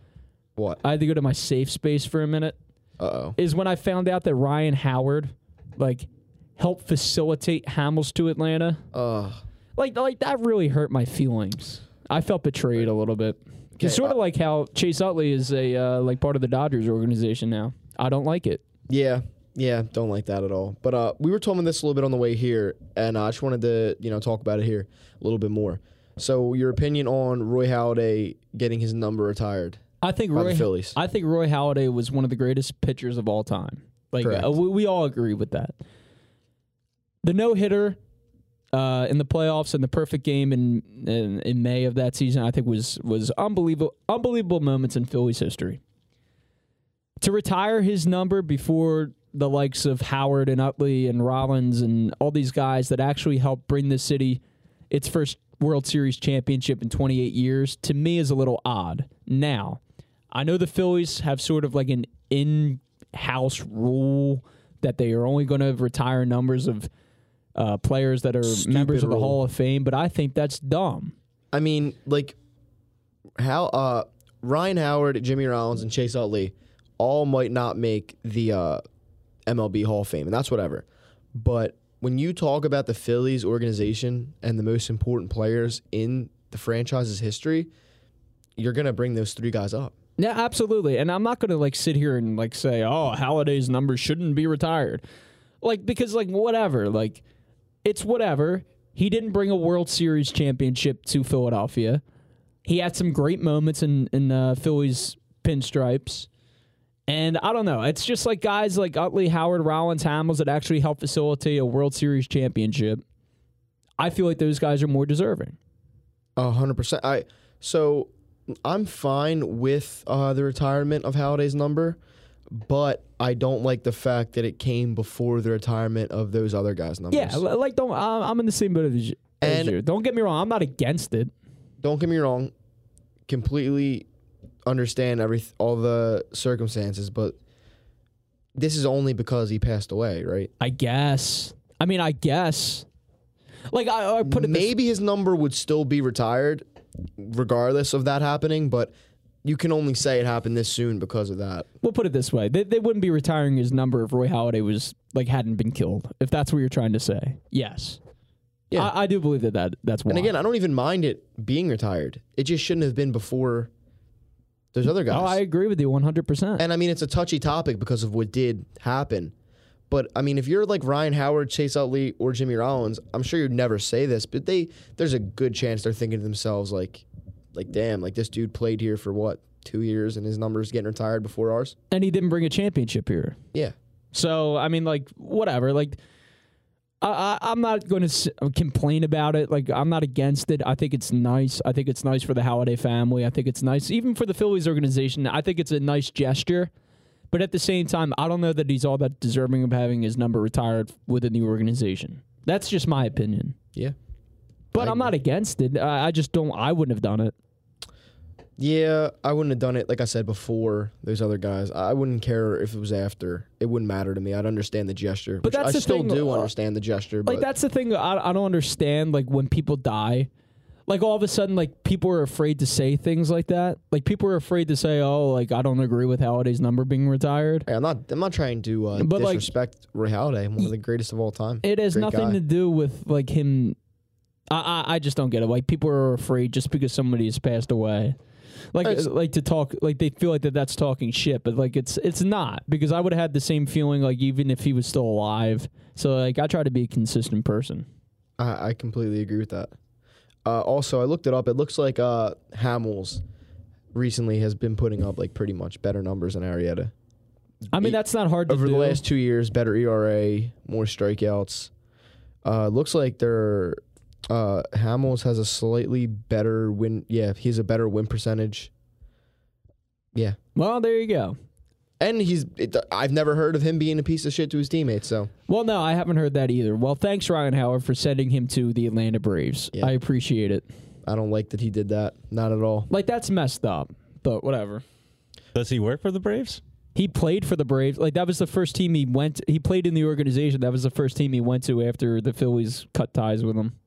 Speaker 1: What?
Speaker 2: I had to go to my safe space for a minute.
Speaker 1: Uh oh.
Speaker 2: Is when I found out that Ryan Howard, like, helped facilitate Hamels to Atlanta.
Speaker 1: Uh.
Speaker 2: like like that really hurt my feelings. I felt betrayed a little bit.
Speaker 1: Okay,
Speaker 2: it's sort of like how Chase Utley is a uh, like part of the Dodgers organization now. I don't like it.
Speaker 1: Yeah, yeah, don't like that at all. But uh, we were talking this a little bit on the way here, and I just wanted to you know talk about it here a little bit more. So your opinion on Roy Halladay getting his number retired?
Speaker 2: I think
Speaker 1: By the
Speaker 2: Roy.
Speaker 1: Phillies.
Speaker 2: I think Roy Halladay was one of the greatest pitchers of all time. Like
Speaker 1: Correct.
Speaker 2: uh, we, we all agree with that. The no hitter uh, in the playoffs and the perfect game in, in in May of that season, I think was was unbelievable unbelievable moments in Phillies history. To retire his number before the likes of Howard and Utley and Rollins and all these guys that actually helped bring the city its first World Series championship in 28 years to me is a little odd. Now, I know the Phillies have sort of like an in house rule that they are only going to retire numbers of uh, players that are
Speaker 1: Stupid
Speaker 2: members of the
Speaker 1: rule.
Speaker 2: Hall of Fame, but I think that's dumb.
Speaker 1: I mean, like how uh Ryan Howard, Jimmy Rollins, and Chase Utley all might not make the uh MLB Hall of Fame, and that's whatever. But when you talk about the Phillies organization and the most important players in the franchise's history, you're gonna bring those three guys up.
Speaker 2: Yeah, absolutely. And I'm not going to like sit here and like say, "Oh, Halliday's number shouldn't be retired." Like because like whatever, like it's whatever. He didn't bring a World Series championship to Philadelphia. He had some great moments in in uh, Phillies pinstripes. And I don't know. It's just like guys like Utley, Howard, Rollins, Hamels that actually helped facilitate a World Series championship. I feel like those guys are more deserving.
Speaker 1: A hundred percent. I so I'm fine with uh, the retirement of Halliday's number, but I don't like the fact that it came before the retirement of those other guys' numbers.
Speaker 2: Yeah, li- like don't. I- I'm in the same boat as you- as
Speaker 1: And-
Speaker 2: you. Don't get me wrong. I'm not against it.
Speaker 1: don't get me wrong, completely understand every all the circumstances, but this is only because he passed away, right?
Speaker 2: I guess. I mean, I guess. Like I, I put it this,
Speaker 1: Maybe his number would still be retired, regardless of that happening, but you can only say it happened this soon because of that.
Speaker 2: we'll put it this way: they, they wouldn't be retiring his number if Roy Halladay was like hadn't been killed. If that's what you're trying to say, yes,
Speaker 1: Yeah.
Speaker 2: I, I do believe that, that that's why.
Speaker 1: And again, I don't even mind it being retired. It just shouldn't have been before those other guys.
Speaker 2: oh, I agree with you 100. percent
Speaker 1: And I mean, it's a touchy topic because of what did happen. But I mean, if you're like Ryan Howard, Chase Utley, or Jimmy Rollins, I'm sure you'd never say this, but they there's a good chance they're thinking to themselves like, like damn, like this dude played here for what two years and his number's getting retired before ours.
Speaker 2: And he didn't bring a championship here,
Speaker 1: Yeah,
Speaker 2: so I mean, like whatever. Like I, I I'm not going to s- complain about it. Like I'm not against it. I think it's nice. I think it's nice for the Halladay family. I think it's nice even for the Phillies organization. I think it's a nice gesture. But at the same time, I don't know that he's all that deserving of having his number retired within the organization. That's just my opinion.
Speaker 1: yeah,
Speaker 2: But I'm not against it. I, I just don't. I wouldn't have done it.
Speaker 1: yeah. I wouldn't have done it like I said before those other guys. I I wouldn't care if it was after. It wouldn't matter to me. I'd understand the gesture, but
Speaker 2: that's
Speaker 1: I
Speaker 2: the
Speaker 1: still
Speaker 2: thing,
Speaker 1: do
Speaker 2: uh,
Speaker 1: understand the gesture.
Speaker 2: Like
Speaker 1: but
Speaker 2: that's the thing I, I don't understand. Like when people die, like all of a sudden, like people are afraid to say things like that. Like people are afraid to say, "Oh, like I don't agree with Halliday's number being retired."
Speaker 1: Hey, I'm not. I'm not trying to uh,
Speaker 2: But, like-
Speaker 1: disrespect Roy Halladay. I'm one of the greatest of all time.
Speaker 2: It has
Speaker 1: Great
Speaker 2: nothing
Speaker 1: guy.
Speaker 2: to do with like him. I, I I just don't get it. Like people are afraid just because somebody has passed away. Like,
Speaker 1: It's-
Speaker 2: like to talk like they feel like that that's talking shit but like it's it's not because i would have had the same feeling like even if he was still alive so like i try to be a consistent person
Speaker 1: I, I completely agree with that. Uh, also, I looked it up. It looks like uh, Hamels recently has been putting up like pretty much better numbers than Arietta
Speaker 2: i mean
Speaker 1: He-
Speaker 2: that's not hard to
Speaker 1: over the
Speaker 2: do.
Speaker 1: last two years. Better ERA, more strikeouts. Uh, looks like they're uh, Hamels has a slightly better win. Yeah, he's a better win percentage. Yeah,
Speaker 2: well there you go
Speaker 1: and he's. It, I've never heard of him being a piece of shit to his teammates. So.
Speaker 2: Well, no, I haven't heard that either. Well, thanks, Ryan Howard, for sending him to the Atlanta Braves.
Speaker 1: Yeah.
Speaker 2: I appreciate it.
Speaker 1: I don't like that he did that. Not at all.
Speaker 2: Like, that's messed up, but whatever.
Speaker 3: Does he work for the Braves?
Speaker 2: He played for the Braves. Like, that was the first team he went He played in the organization. That was the first team he went to after the Phillies cut ties with him.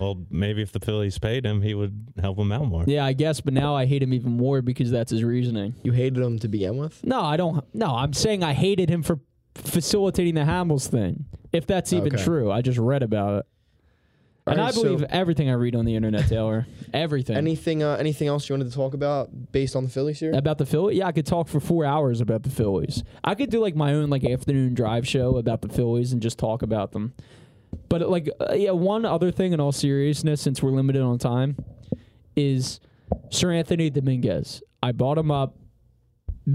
Speaker 3: Well, maybe if the Phillies paid him, he would help him out more.
Speaker 2: Yeah, I guess, but now I hate him even more because that's his reasoning.
Speaker 1: You hated him to begin with.
Speaker 2: No, I don't. No, I'm saying I hated him for facilitating the Hamels thing, if that's even
Speaker 1: Okay.
Speaker 2: true. I just read about it. and
Speaker 1: All
Speaker 2: I
Speaker 1: right,
Speaker 2: believe
Speaker 1: so
Speaker 2: everything I read on the internet, Taylor. everything.
Speaker 1: anything. Uh, anything else you wanted to talk about based on the Phillies here?
Speaker 2: About the Phillies? Yeah, I could talk for four hours about the Phillies. I could do like my own like afternoon drive show about the Phillies and just talk about them. But like, uh, yeah, one other thing in all seriousness, since we're limited on time, is Sir Anthony Dominguez. I bought him up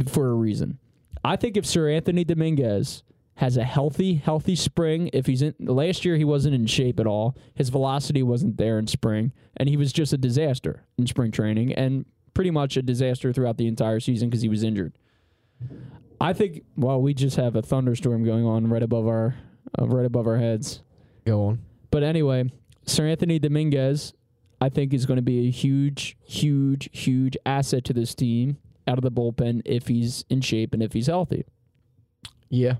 Speaker 2: for a reason. I think if Sir Anthony Dominguez has a healthy, healthy spring, if he's in last year, he wasn't in shape at all. His velocity wasn't there in spring, and he was just a disaster in spring training and pretty much a disaster throughout the entire season because he was injured. I think. Well, we just have a thunderstorm going on right above our, uh, right above our heads.
Speaker 1: Go on.
Speaker 2: But anyway, Sir Anthony Dominguez, I think, is going to be a huge, huge, huge asset to this team out of the bullpen if he's in shape and if he's healthy.
Speaker 1: Yeah,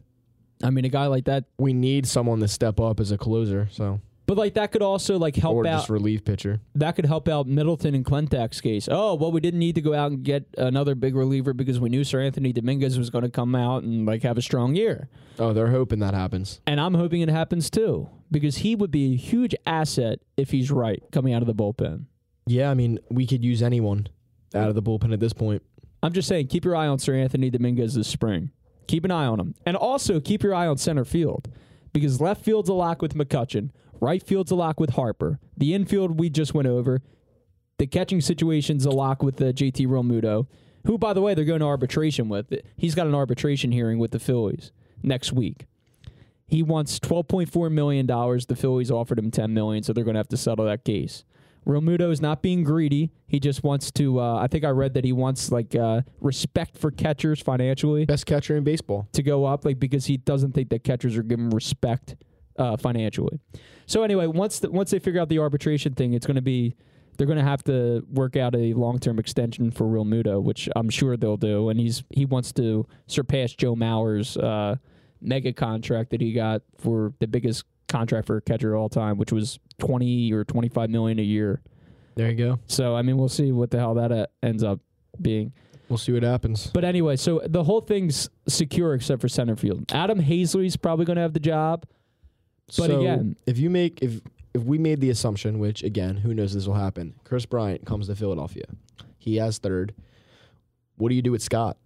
Speaker 2: I mean, a guy like that,
Speaker 1: We need someone to step up as a closer, so
Speaker 2: but like that could also like help
Speaker 1: or
Speaker 2: out.
Speaker 1: just relief pitcher.
Speaker 2: that could help out Middleton and Clentak's case. Oh, well, we didn't need to go out and get another big reliever because we knew Sir Anthony Dominguez was going to come out and like have a strong year.
Speaker 1: Oh, they're hoping that happens.
Speaker 2: And I'm hoping it happens too because he would be a huge asset if he's right coming out of the bullpen.
Speaker 1: Yeah, I mean, we could use anyone out of the bullpen at this point.
Speaker 2: I'm just saying, keep your eye on Sir Anthony Dominguez this spring. Keep an eye on him. And also keep your eye on center field because left field's a lock with McCutcheon, right field's a lock with Harper. The infield we just went over. The catching situation's a lock with uh, JT Realmuto, who, by the way, they're going to arbitration with. He's got an arbitration hearing with the Phillies next week. He wants $12.4 million. The Phillies offered him $10 million, so they're going to have to settle that case. Romuto is not being greedy. He just wants to. Uh, I think I read that he wants like uh, respect for catchers financially
Speaker 1: Best catcher in baseball.
Speaker 2: to go up, like because he doesn't think that catchers are given respect uh, financially. So anyway, once the, once they figure out the arbitration thing, it's going to be they're going to have to work out a long term extension for Real Muto, which I'm sure they'll do. And he's he wants to surpass Joe Mauer's uh, mega contract that he got for the biggest contract for a catcher of all time, which was 20 or 25 million a year.
Speaker 1: There you go.
Speaker 2: So I mean, we'll see what the hell that uh, ends up being.
Speaker 1: We'll see what happens.
Speaker 2: But anyway, so the whole thing's secure except for center field. Adam Hazley's probably going to have the job. But
Speaker 1: so
Speaker 2: again-
Speaker 1: if you make if if we made the assumption, which again, who knows this will happen, Chris Bryant comes to Philadelphia. He has third. What do you do with Scott?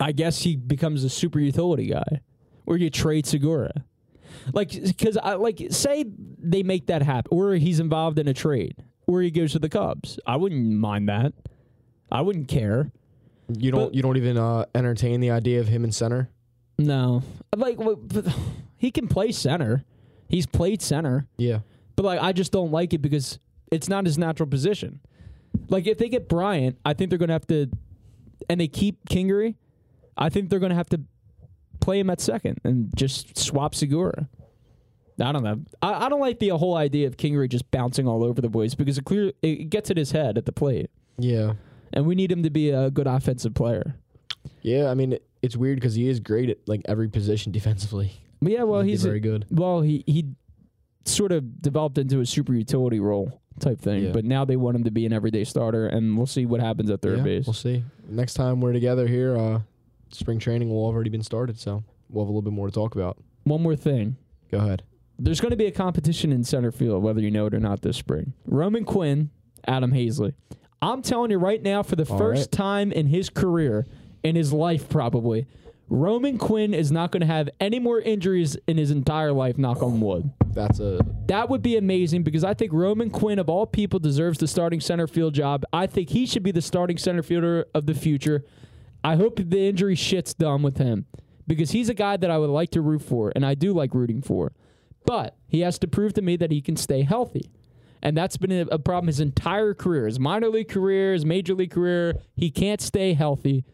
Speaker 2: I guess he becomes a super utility guy, or you trade Segura. Like, because I like say they make that happen, or he's involved in a trade, or he goes to the Cubs. I wouldn't mind that. I wouldn't care.
Speaker 1: You don't
Speaker 2: But-
Speaker 1: you don't even uh, entertain the idea of him in center.
Speaker 2: No, like what- he can play center. He's played center.
Speaker 1: Yeah.
Speaker 2: But like I just don't like it because it's not his natural position. Like if they get Bryant, I think they're gonna have to and they keep Kingery, I think they're gonna have to play him at second and just swap Segura. I don't know. I, I don't like the whole idea of Kingery just bouncing all over the place because it clear it gets at his head at the plate.
Speaker 1: Yeah.
Speaker 2: And we need him to be a good offensive player.
Speaker 1: Yeah, I mean it, it's weird because he is great at like every position defensively.
Speaker 2: But yeah, well
Speaker 1: He'd be
Speaker 2: he's a-
Speaker 1: very good.
Speaker 2: well he he sort of developed into a super utility role type thing
Speaker 1: Yeah.
Speaker 2: but now they want him to be an everyday starter and we'll see what happens at third
Speaker 1: Yeah,
Speaker 2: base
Speaker 1: We'll see. Next time we're together here, uh, spring training will have already been started, so we'll have a little bit more to talk about.
Speaker 2: one more thing
Speaker 1: Go ahead.
Speaker 2: there's going to be a competition in center field whether you know it or not this spring roman quinn adam hazley i'm telling you right now for the
Speaker 1: All
Speaker 2: first
Speaker 1: right.
Speaker 2: time in his career in his life probably roman quinn is not going to have any more injuries in his entire life knock on wood
Speaker 1: That's a
Speaker 2: That would be amazing because I think Roman Quinn, of all people, deserves the starting center field job. I think he should be the starting center fielder of the future. I hope the injury shit's done with him because he's a guy that I would like to root for, and I do like rooting for. But he has to prove to me that he can stay healthy. And that's been a, a problem his entire career his minor league career, his major league career. He can't stay healthy.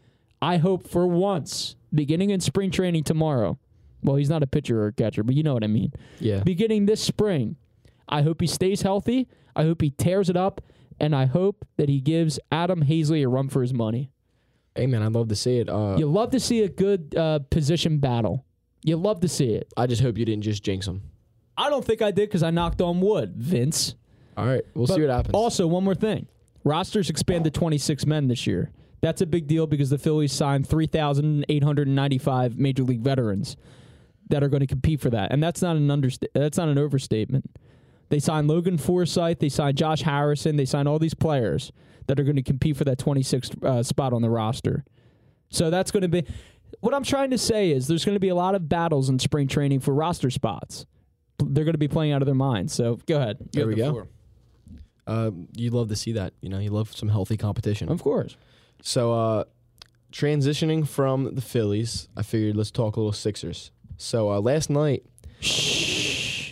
Speaker 2: I hope for once, beginning in spring training tomorrow. Well, he's not a pitcher or a catcher, but you know what I mean
Speaker 1: yeah.
Speaker 2: beginning this spring. I hope he stays healthy. I hope he tears it up. And I hope that he gives Adam Hazley a run for his money.
Speaker 1: hey man, I'd love to see it. Uh,
Speaker 2: You love to see a good uh, position battle. You love to see it.
Speaker 1: I just hope you didn't just jinx him.
Speaker 2: I don't think I did because I knocked on wood, Vince.
Speaker 1: All right, we'll see
Speaker 2: But
Speaker 1: what happens.
Speaker 2: Also, one more thing. Rosters expand to 26 men this year. That's a big deal because the Phillies signed 3,895 major league veterans that are going to compete for that. And that's not an underst- that's not an overstatement. They signed Logan Forsythe, they signed Josh Harrison, they signed all these players that are going to compete for that 26th uh, spot on the roster. So that's going to be what I'm trying to say is there's going to be a lot of battles in spring training for roster spots. They're going to be playing out of their minds. So go ahead. You
Speaker 1: There
Speaker 2: have
Speaker 1: we
Speaker 2: the
Speaker 1: go.
Speaker 2: floor.
Speaker 1: uh, you'd love to see that. You know, you love some healthy competition.
Speaker 2: Of course.
Speaker 1: So, uh, transitioning from the Phillies, I figured let's talk a little Sixers. So uh, last night,
Speaker 2: Shh.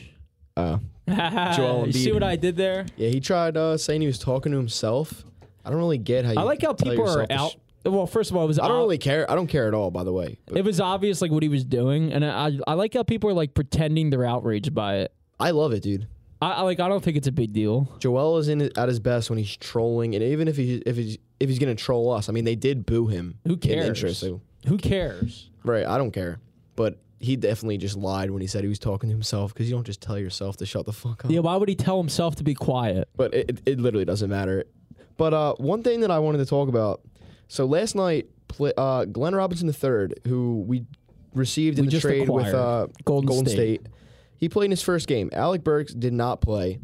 Speaker 1: uh,
Speaker 2: Joel
Speaker 1: Embiid.
Speaker 2: you see what I did there?
Speaker 1: yeah, he tried uh, saying he was talking to himself. I don't really get how. You
Speaker 2: I like how
Speaker 1: tell
Speaker 2: people are
Speaker 1: yourself to sh-
Speaker 2: out. Well, first of all, it was
Speaker 1: I don't
Speaker 2: ob-
Speaker 1: really care. I don't care at all. By the way, But
Speaker 2: it was obvious like what he was doing, and I I like how people are like pretending they're outraged by it.
Speaker 1: I love it, dude.
Speaker 2: I, I like I don't think it's a big deal.
Speaker 1: Joel is in it at his best when he's trolling, and even if he if he's if he's gonna troll us, I mean they did boo him.
Speaker 2: Who
Speaker 1: In the
Speaker 2: cares?
Speaker 1: intro, so-
Speaker 2: Who cares?
Speaker 1: right, I don't care, but he definitely just lied when he said he was talking to himself because you don't just tell yourself to shut the fuck up.
Speaker 2: Yeah, why would he tell himself to be quiet?
Speaker 1: but it, it literally doesn't matter. But uh, one thing that I wanted to talk about. So last night, pla uh, Glenn Robinson III, who we received in
Speaker 2: We
Speaker 1: the
Speaker 2: just
Speaker 1: trade with
Speaker 2: acquired.
Speaker 1: uh,
Speaker 2: Golden State.
Speaker 1: State. he played in his first game. Alec Burks did not play.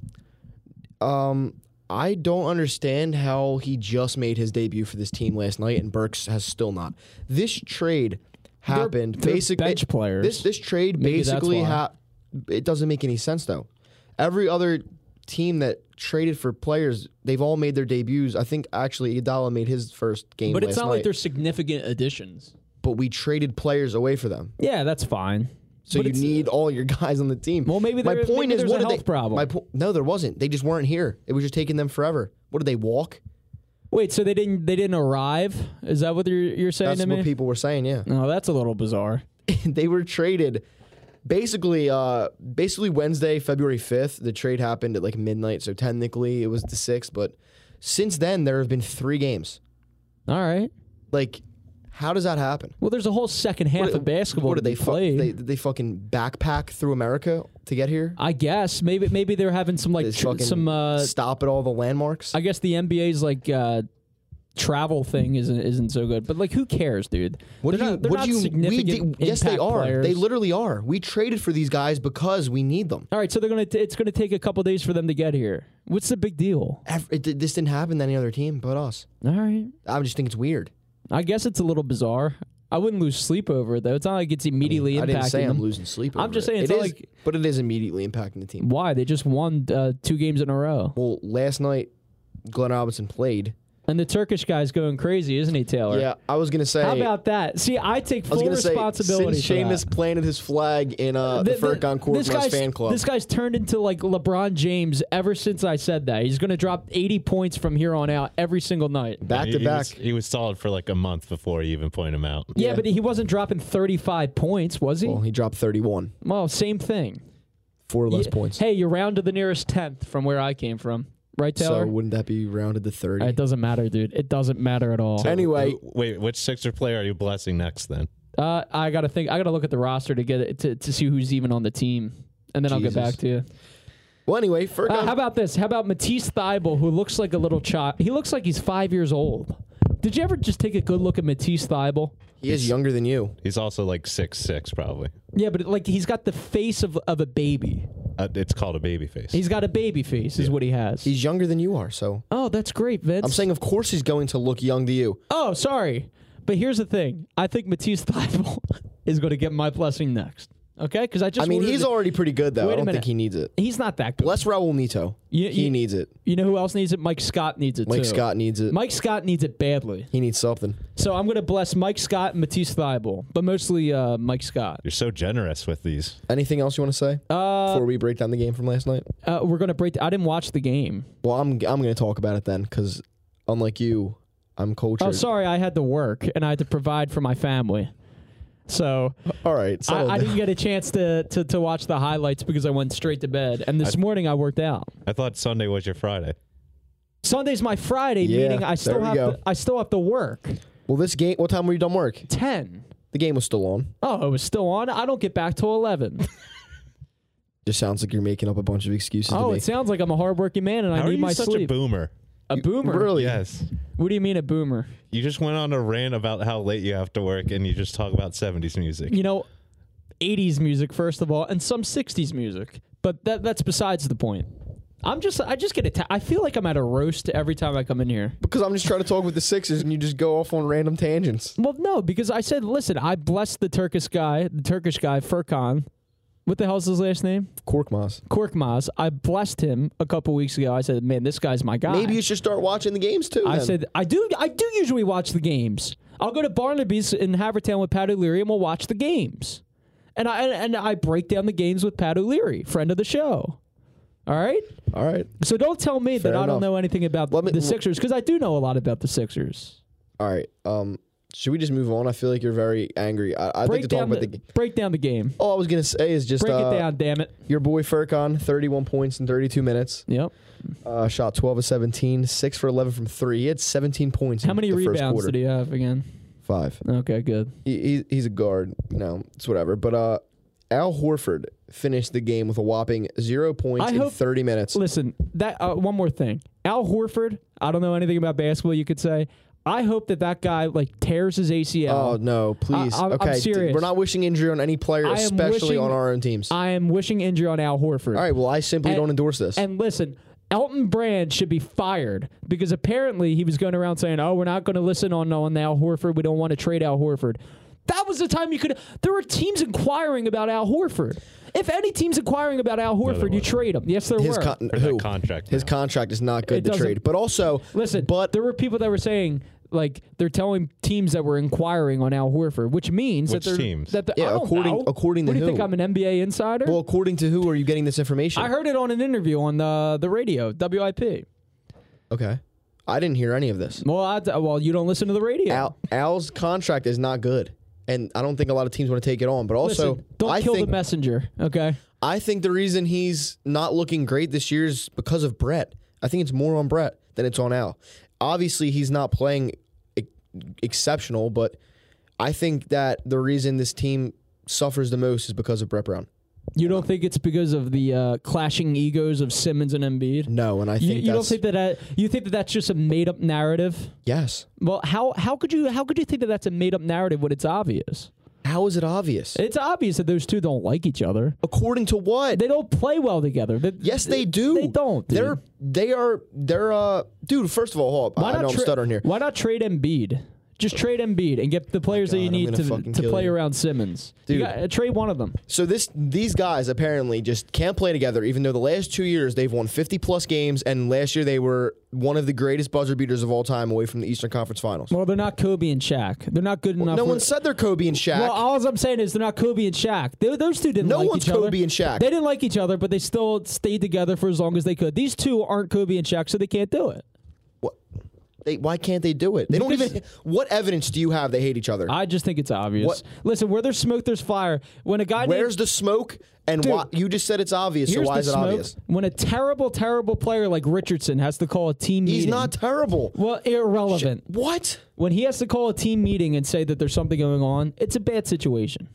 Speaker 1: Um, I don't understand how he just made his debut for this team last night, and Burks has still not. This trade happened
Speaker 2: they're
Speaker 1: basically
Speaker 2: bench players.
Speaker 1: This this trade
Speaker 2: Maybe that's
Speaker 1: basically
Speaker 2: why.
Speaker 1: ha- it doesn't make any sense though. Every other team that traded for players, they've all made their debuts. I think actually Iguodala made his first game,
Speaker 4: But it's
Speaker 1: last
Speaker 4: not
Speaker 1: night,
Speaker 4: like they're significant additions.
Speaker 1: But we traded players away for them,
Speaker 2: Yeah, that's fine.
Speaker 1: so
Speaker 2: But
Speaker 1: you
Speaker 2: it's- uh,
Speaker 1: need all your guys on the team.
Speaker 2: Well, maybe
Speaker 1: my
Speaker 2: there-
Speaker 1: point
Speaker 2: maybe
Speaker 1: is,
Speaker 2: there's
Speaker 1: what
Speaker 2: a
Speaker 1: did they,
Speaker 2: health problem.
Speaker 1: My po- no, there wasn't. They just weren't here. It was just taking them forever. What did they walk?
Speaker 2: Wait, so they didn't they didn't arrive? Is that what you're you're saying
Speaker 1: That's
Speaker 2: to
Speaker 1: what
Speaker 2: me?
Speaker 1: people were saying. Yeah,
Speaker 2: No, that's a little bizarre.
Speaker 1: they were traded. Basically, uh, basically Wednesday, February fifth, the trade happened at like midnight. So technically, it was the sixth. But since then, there have been three games.
Speaker 2: All right.
Speaker 1: Like, how does that happen?
Speaker 2: Well, there's a whole second half
Speaker 1: What-
Speaker 2: of basketball
Speaker 1: What
Speaker 2: to
Speaker 1: did they,
Speaker 2: be
Speaker 1: fu-
Speaker 2: played.
Speaker 1: they did they fucking backpack through America to get here?
Speaker 2: I guess maybe maybe they're having some
Speaker 1: They
Speaker 2: like tr-
Speaker 1: fucking
Speaker 2: some uh,
Speaker 1: stop at all the landmarks.
Speaker 2: I guess the NBA's like uh, travel thing isn't isn't so good. But like, who cares, dude?
Speaker 1: what
Speaker 2: They're
Speaker 1: do you?
Speaker 2: not- they're
Speaker 1: what
Speaker 2: not
Speaker 1: do you? We
Speaker 2: significant
Speaker 1: did, yes, they
Speaker 2: impact
Speaker 1: are. They
Speaker 2: players.
Speaker 1: literally are. We traded for these guys because we need them.
Speaker 2: All right, so they're gonna. T- it's gonna take a couple days for them to get here. What's the big deal?
Speaker 1: Ev- it, this didn't happen to any other team but us.
Speaker 2: All right,
Speaker 1: I just think it's weird.
Speaker 2: I guess it's a little bizarre. I wouldn't lose sleep over it though. It's not like it's immediately
Speaker 1: I
Speaker 2: impacting
Speaker 1: didn't say
Speaker 2: them.
Speaker 1: I'm losing sleep.
Speaker 2: I'm
Speaker 1: over
Speaker 2: just
Speaker 1: it.
Speaker 2: saying
Speaker 1: It
Speaker 2: it's not
Speaker 1: is-
Speaker 2: like-
Speaker 1: but it is immediately impacting the team.
Speaker 2: Why they just won uh, two games in a row,
Speaker 1: Well, last night Glenn Robinson played.
Speaker 2: and the Turkish guy's going crazy, isn't he, Taylor?
Speaker 1: Yeah, I was gonna say.
Speaker 2: How about that? See, I take
Speaker 1: I was
Speaker 2: full
Speaker 1: gonna say
Speaker 2: responsibility
Speaker 1: since
Speaker 2: for that.
Speaker 1: Sheamus planted his flag in uh, the,
Speaker 2: Th- th-
Speaker 1: Furkan
Speaker 2: this
Speaker 1: Korkmaz
Speaker 2: guy's-
Speaker 1: fan club.
Speaker 2: This guy's turned into like LeBron James ever since I said that. He's going to drop 80 points from here on out every single night.
Speaker 1: back
Speaker 3: He-
Speaker 1: to
Speaker 3: he
Speaker 1: back.
Speaker 3: was- He was solid for like a month before you even point him out.
Speaker 2: Yeah,
Speaker 1: Yeah.
Speaker 2: but he wasn't dropping 35 points, was he?
Speaker 1: Well,
Speaker 2: Well,
Speaker 1: he dropped 31,
Speaker 2: same thing.
Speaker 1: four less
Speaker 2: Yeah.
Speaker 1: points.
Speaker 2: Hey, you're round to the nearest 10th from where I came from. Right, Taylor?
Speaker 1: So wouldn't that be rounded to 30?
Speaker 2: it doesn't matter, dude. It doesn't matter at all.
Speaker 3: So,
Speaker 1: Anyway-
Speaker 3: w- wait, which Sixer player are you blessing next then?
Speaker 2: Uh, I gotta think. I gotta look at the roster to get it to, to see who's even on the team, and then I'll get
Speaker 1: Jesus.
Speaker 2: back to you.
Speaker 1: well, anyway, Furkan.
Speaker 2: Uh, how about this? How about Matisse Thybul, who looks like a little child? He looks like he's five years old. Did you ever just take a good look at Matisse Thybul?
Speaker 1: he is younger than you.
Speaker 3: He's also like six six probably.
Speaker 2: Yeah, but like he's got the face of, of a baby.
Speaker 3: Uh, it's called a baby face.
Speaker 2: He's got a baby face, is what he has.
Speaker 1: He's younger than you are. So
Speaker 2: oh, that's great, Vince.
Speaker 1: I'm saying, of course, he's going to look young to you.
Speaker 2: Oh, sorry, but here's the thing. I think Matisse Thybul is going to get my blessing next. Okay, because I just
Speaker 1: I mean,
Speaker 2: ordered
Speaker 1: he's
Speaker 2: it.
Speaker 1: already pretty good though. I
Speaker 2: Wait a
Speaker 1: don't
Speaker 2: minute.
Speaker 1: think he needs it.
Speaker 2: he's not that good.
Speaker 1: Bless Raul Nito.
Speaker 2: You-
Speaker 1: he
Speaker 2: you-
Speaker 1: needs it.
Speaker 2: you know who else needs it? Mike Scott needs it
Speaker 1: Mike
Speaker 2: too.
Speaker 1: Scott needs it.
Speaker 2: Mike Scott needs it badly.
Speaker 1: He needs something.
Speaker 2: So I'm going to bless Mike Scott and Matisse Thybul, but mostly uh, Mike Scott.
Speaker 3: You're so generous with these.
Speaker 1: Anything else you want to say
Speaker 2: Uh,
Speaker 1: before we break down the game from last night?
Speaker 2: uh, we're going to break. I didn't watch the game.
Speaker 1: Well, I'm I'm going to talk about it then because unlike you, I'm cultured.
Speaker 2: Oh, sorry, I had to work and I had to provide for my family. So
Speaker 1: All right.
Speaker 2: I,
Speaker 1: settle
Speaker 2: I
Speaker 1: down.
Speaker 2: didn't get a chance to, to, to watch the highlights because I went straight to bed. And this morning I worked out.
Speaker 3: I thought Sunday was your Friday.
Speaker 2: Sunday's my Friday,
Speaker 1: Yeah,
Speaker 2: meaning I still
Speaker 1: there we
Speaker 2: have
Speaker 1: go.
Speaker 2: to, I still have to work.
Speaker 1: well, this game. What time were you done work?
Speaker 2: Ten.
Speaker 1: The game was still on.
Speaker 2: Oh, it was still on. I don't get back till eleven.
Speaker 1: Just sounds like you're making up a bunch of excuses.
Speaker 2: oh,
Speaker 1: to
Speaker 2: it
Speaker 1: me.
Speaker 2: sounds like I'm a hardworking man and
Speaker 3: How
Speaker 2: I
Speaker 3: are
Speaker 2: need
Speaker 3: you
Speaker 2: my
Speaker 3: such a
Speaker 2: sleep.
Speaker 3: boomer?
Speaker 2: A, boomer.
Speaker 1: Really?
Speaker 3: Yes.
Speaker 2: What do you mean a boomer?
Speaker 3: You just went on a rant about how late you have to work and you just talk about 70s music.
Speaker 2: you know, 80s music first of all, and some 60s music. But that that's besides the point. I'm just I just get atta- I feel like I'm at a roast every time I come in here.
Speaker 1: Because I'm just trying to talk with the Sixers, and you just go off on random tangents.
Speaker 2: Well, no, because I said, listen, I blessed the Turkish guy, the Turkish guy Furkan. What the hell's his last name?
Speaker 1: Korkmaz.
Speaker 2: Korkmaz. I blessed him a couple weeks ago. I said, man, this guy's my guy.
Speaker 1: Maybe you should start watching the games too.
Speaker 2: I
Speaker 1: then.
Speaker 2: said I do I do usually watch the games. I'll go to Barnaby's in Havertown with Pat O'Leary and we'll watch the games. And I and I break down the games with Pat O'Leary, friend of the show. All right?
Speaker 1: All right.
Speaker 2: So don't tell me that
Speaker 1: Fair
Speaker 2: I don't
Speaker 1: enough.
Speaker 2: know anything about
Speaker 1: Let me-
Speaker 2: the Sixers because I do know a lot about the Sixers.
Speaker 1: All right. Um, should we just move on? I feel like you're very angry. I, I'd like
Speaker 2: Break
Speaker 1: to talk
Speaker 2: down
Speaker 1: about
Speaker 2: the,
Speaker 1: the. g-
Speaker 2: break down the game.
Speaker 1: All I was gonna say is just
Speaker 2: Break
Speaker 1: uh,
Speaker 2: it down, damn it.
Speaker 1: your boy Furkan, 31 points in 32 minutes.
Speaker 2: Yep.
Speaker 1: Uh, shot 12 of 17, 6 for 11 from 3. He had 17 points.
Speaker 2: How
Speaker 1: in
Speaker 2: many
Speaker 1: the first
Speaker 2: rebounds
Speaker 1: quarter.
Speaker 2: did he have again?
Speaker 1: Five.
Speaker 2: Okay, good.
Speaker 1: He, he, he's a guard. You know, it's whatever. But uh, Al Horford finished the game with a whopping zero points
Speaker 2: I
Speaker 1: in
Speaker 2: hope-
Speaker 1: 30 minutes.
Speaker 2: Listen, that uh, one more thing. Al Horford, I don't know anything about basketball. You could say. I hope that that guy like tears his
Speaker 1: Oh
Speaker 2: ACL.
Speaker 1: no! Please,
Speaker 2: I- I'm- I'm
Speaker 1: okay. d-
Speaker 2: serious.
Speaker 1: We're not wishing injury on any player,
Speaker 2: I am
Speaker 1: especially
Speaker 2: wishing-
Speaker 1: on our own teams.
Speaker 2: I am wishing injury on Al Horford.
Speaker 1: All right. Well, I simply
Speaker 2: And-
Speaker 1: don't endorse this.
Speaker 2: And listen, Elton Brand should be fired because apparently he was going around saying, "Oh, we're not going to listen on on Al Horford. We don't want to trade Al Horford." That was the time you could. There were teams inquiring about Al Horford. If any team's inquiring about Al Horford, you
Speaker 3: wasn't.
Speaker 2: trade him. Yes, there
Speaker 1: his
Speaker 2: were.
Speaker 1: con-
Speaker 3: Or that
Speaker 1: who?
Speaker 3: contract
Speaker 1: His
Speaker 3: now.
Speaker 1: contract is not
Speaker 2: It
Speaker 1: good to
Speaker 2: doesn't-
Speaker 1: trade. But also,
Speaker 2: Listen,
Speaker 1: But
Speaker 2: there were people that were saying like they're telling teams that were inquiring on Al Horford, which means
Speaker 3: Which
Speaker 2: that they're
Speaker 3: teams?
Speaker 2: that they're,
Speaker 1: Yeah,
Speaker 2: I don't
Speaker 1: according-
Speaker 2: know.
Speaker 1: according to
Speaker 2: what do you
Speaker 1: who?
Speaker 2: think I'm an NBA insider?
Speaker 1: well, according to who are you getting this information?
Speaker 2: I heard it on an interview on the the radio WIP.
Speaker 1: okay. I didn't hear any of this.
Speaker 2: Well, I, well, you don't listen to the radio.
Speaker 1: Al, Al's contract is not good, and I don't think a lot of teams want to take it on. But also,
Speaker 2: Listen, don't
Speaker 1: I
Speaker 2: kill
Speaker 1: think
Speaker 2: the messenger. Okay.
Speaker 1: I think the reason he's not looking great this year is because of Brett. I think it's more on Brett than it's on Al. Obviously, he's not playing e- exceptional, but I think that the reason this team suffers the most is because of Brett Brown.
Speaker 2: You don't think it's because of the uh, clashing egos of Simmons and Embiid?
Speaker 1: No, and I
Speaker 2: You,
Speaker 1: think
Speaker 2: you don't
Speaker 1: that's
Speaker 2: think that, that you think that that's just a made up narrative?
Speaker 1: yes.
Speaker 2: Well, how how could you how could you think that that's a made up narrative when it's obvious?
Speaker 1: How is it obvious?
Speaker 2: It's obvious that those two don't like each other.
Speaker 1: According to what?
Speaker 2: They don't play well together. They-
Speaker 1: yes, they do.
Speaker 2: They don't. Dude.
Speaker 1: They're they are they're uh dude. First of all, hold up.
Speaker 2: Why
Speaker 1: I
Speaker 2: not
Speaker 1: know I'm
Speaker 2: tra-
Speaker 1: stuttering here.
Speaker 2: Why not trade Embiid? Just trade Embiid and get the players that
Speaker 1: God,
Speaker 2: you
Speaker 1: I'm
Speaker 2: need
Speaker 1: gonna
Speaker 2: to
Speaker 1: fucking
Speaker 2: to
Speaker 1: kill
Speaker 2: play
Speaker 1: you.
Speaker 2: around Simmons.
Speaker 1: Dude.
Speaker 2: you got, trade one of them.
Speaker 1: So this these guys apparently just can't play together, even though the last two years they've won 50 plus games, and last year they were one of the greatest buzzer beaters of all time away from the Eastern Conference Finals.
Speaker 2: Well, they're not Kobe and Shaq. They're not good enough.
Speaker 1: no
Speaker 2: for-
Speaker 1: one said they're Kobe and Shaq.
Speaker 2: Well, all I'm saying is they're not Kobe and Shaq. They, those two didn't
Speaker 1: No
Speaker 2: like
Speaker 1: one's
Speaker 2: each other.
Speaker 1: Kobe and Shaq.
Speaker 2: They didn't like each other, but they still stayed together for as long as they could. These two aren't Kobe and Shaq, so they can't do it.
Speaker 1: What- they, why can't they do it? They don't
Speaker 2: Because-
Speaker 1: even. What evidence do you have they hate each other?
Speaker 2: I just think it's obvious.
Speaker 1: What-
Speaker 2: Listen, where there's smoke, there's fire. When a guy
Speaker 1: Where's
Speaker 2: named,
Speaker 1: the smoke? And
Speaker 2: Dude,
Speaker 1: why you just said it's obvious. So
Speaker 2: here's
Speaker 1: why
Speaker 2: the
Speaker 1: is it
Speaker 2: smoke,
Speaker 1: obvious?
Speaker 2: When a terrible, terrible player like Richardson has to call a team meeting,
Speaker 1: He's not terrible.
Speaker 2: well irrelevant.
Speaker 1: What?
Speaker 2: When he has to call a team meeting and say that there's something going on, it's a bad situation,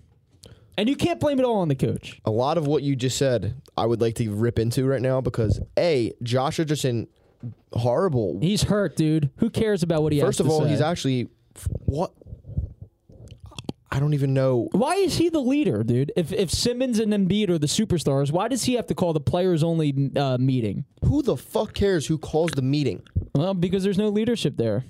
Speaker 2: and you can't blame it all on the coach.
Speaker 1: a lot of what you just said, I would like to rip into right now because a Josh Richardson, horrible.
Speaker 2: He's hurt, dude. Who cares about what he has
Speaker 1: First of
Speaker 2: to
Speaker 1: all,
Speaker 2: say?
Speaker 1: he's actually what? I don't even know.
Speaker 2: Why is he the leader, dude? If if Simmons and Embiid are the superstars, why does he have to call the players only uh, meeting?
Speaker 1: Who the fuck cares who calls the meeting?
Speaker 2: Well, because there's no leadership there.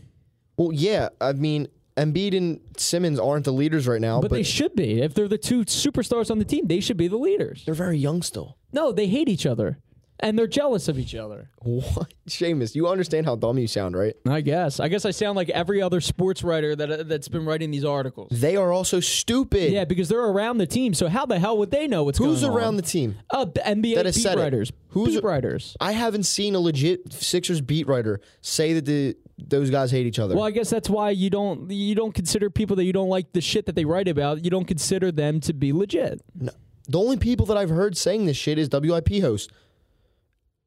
Speaker 1: Well, yeah, I mean Embiid and Simmons aren't the leaders right now,
Speaker 2: But,
Speaker 1: but,
Speaker 2: they should be. If they're the two superstars on the team, they should be the leaders.
Speaker 1: they're very young still.
Speaker 2: No, they hate each other and they're jealous of each other.
Speaker 1: What, Seamus? You understand how dumb you sound, right?
Speaker 2: I guess. I guess I sound like every other sports writer that uh, that's been writing these articles.
Speaker 1: They are also stupid.
Speaker 2: Yeah, because they're around the team. So how the hell would they know what's
Speaker 1: Who's
Speaker 2: going on?
Speaker 1: around the team?
Speaker 2: uh, the NBA
Speaker 1: that has
Speaker 2: beat
Speaker 1: said it?
Speaker 2: writers?
Speaker 1: Who's-
Speaker 2: beat writers?
Speaker 1: I haven't seen a legit Sixers beat writer say that the those guys hate each other.
Speaker 2: Well, I guess that's why you don't you don't consider people that you don't like the shit that they write about. You don't consider them to be legit.
Speaker 1: No. The only people that I've heard saying this shit is WIP hosts.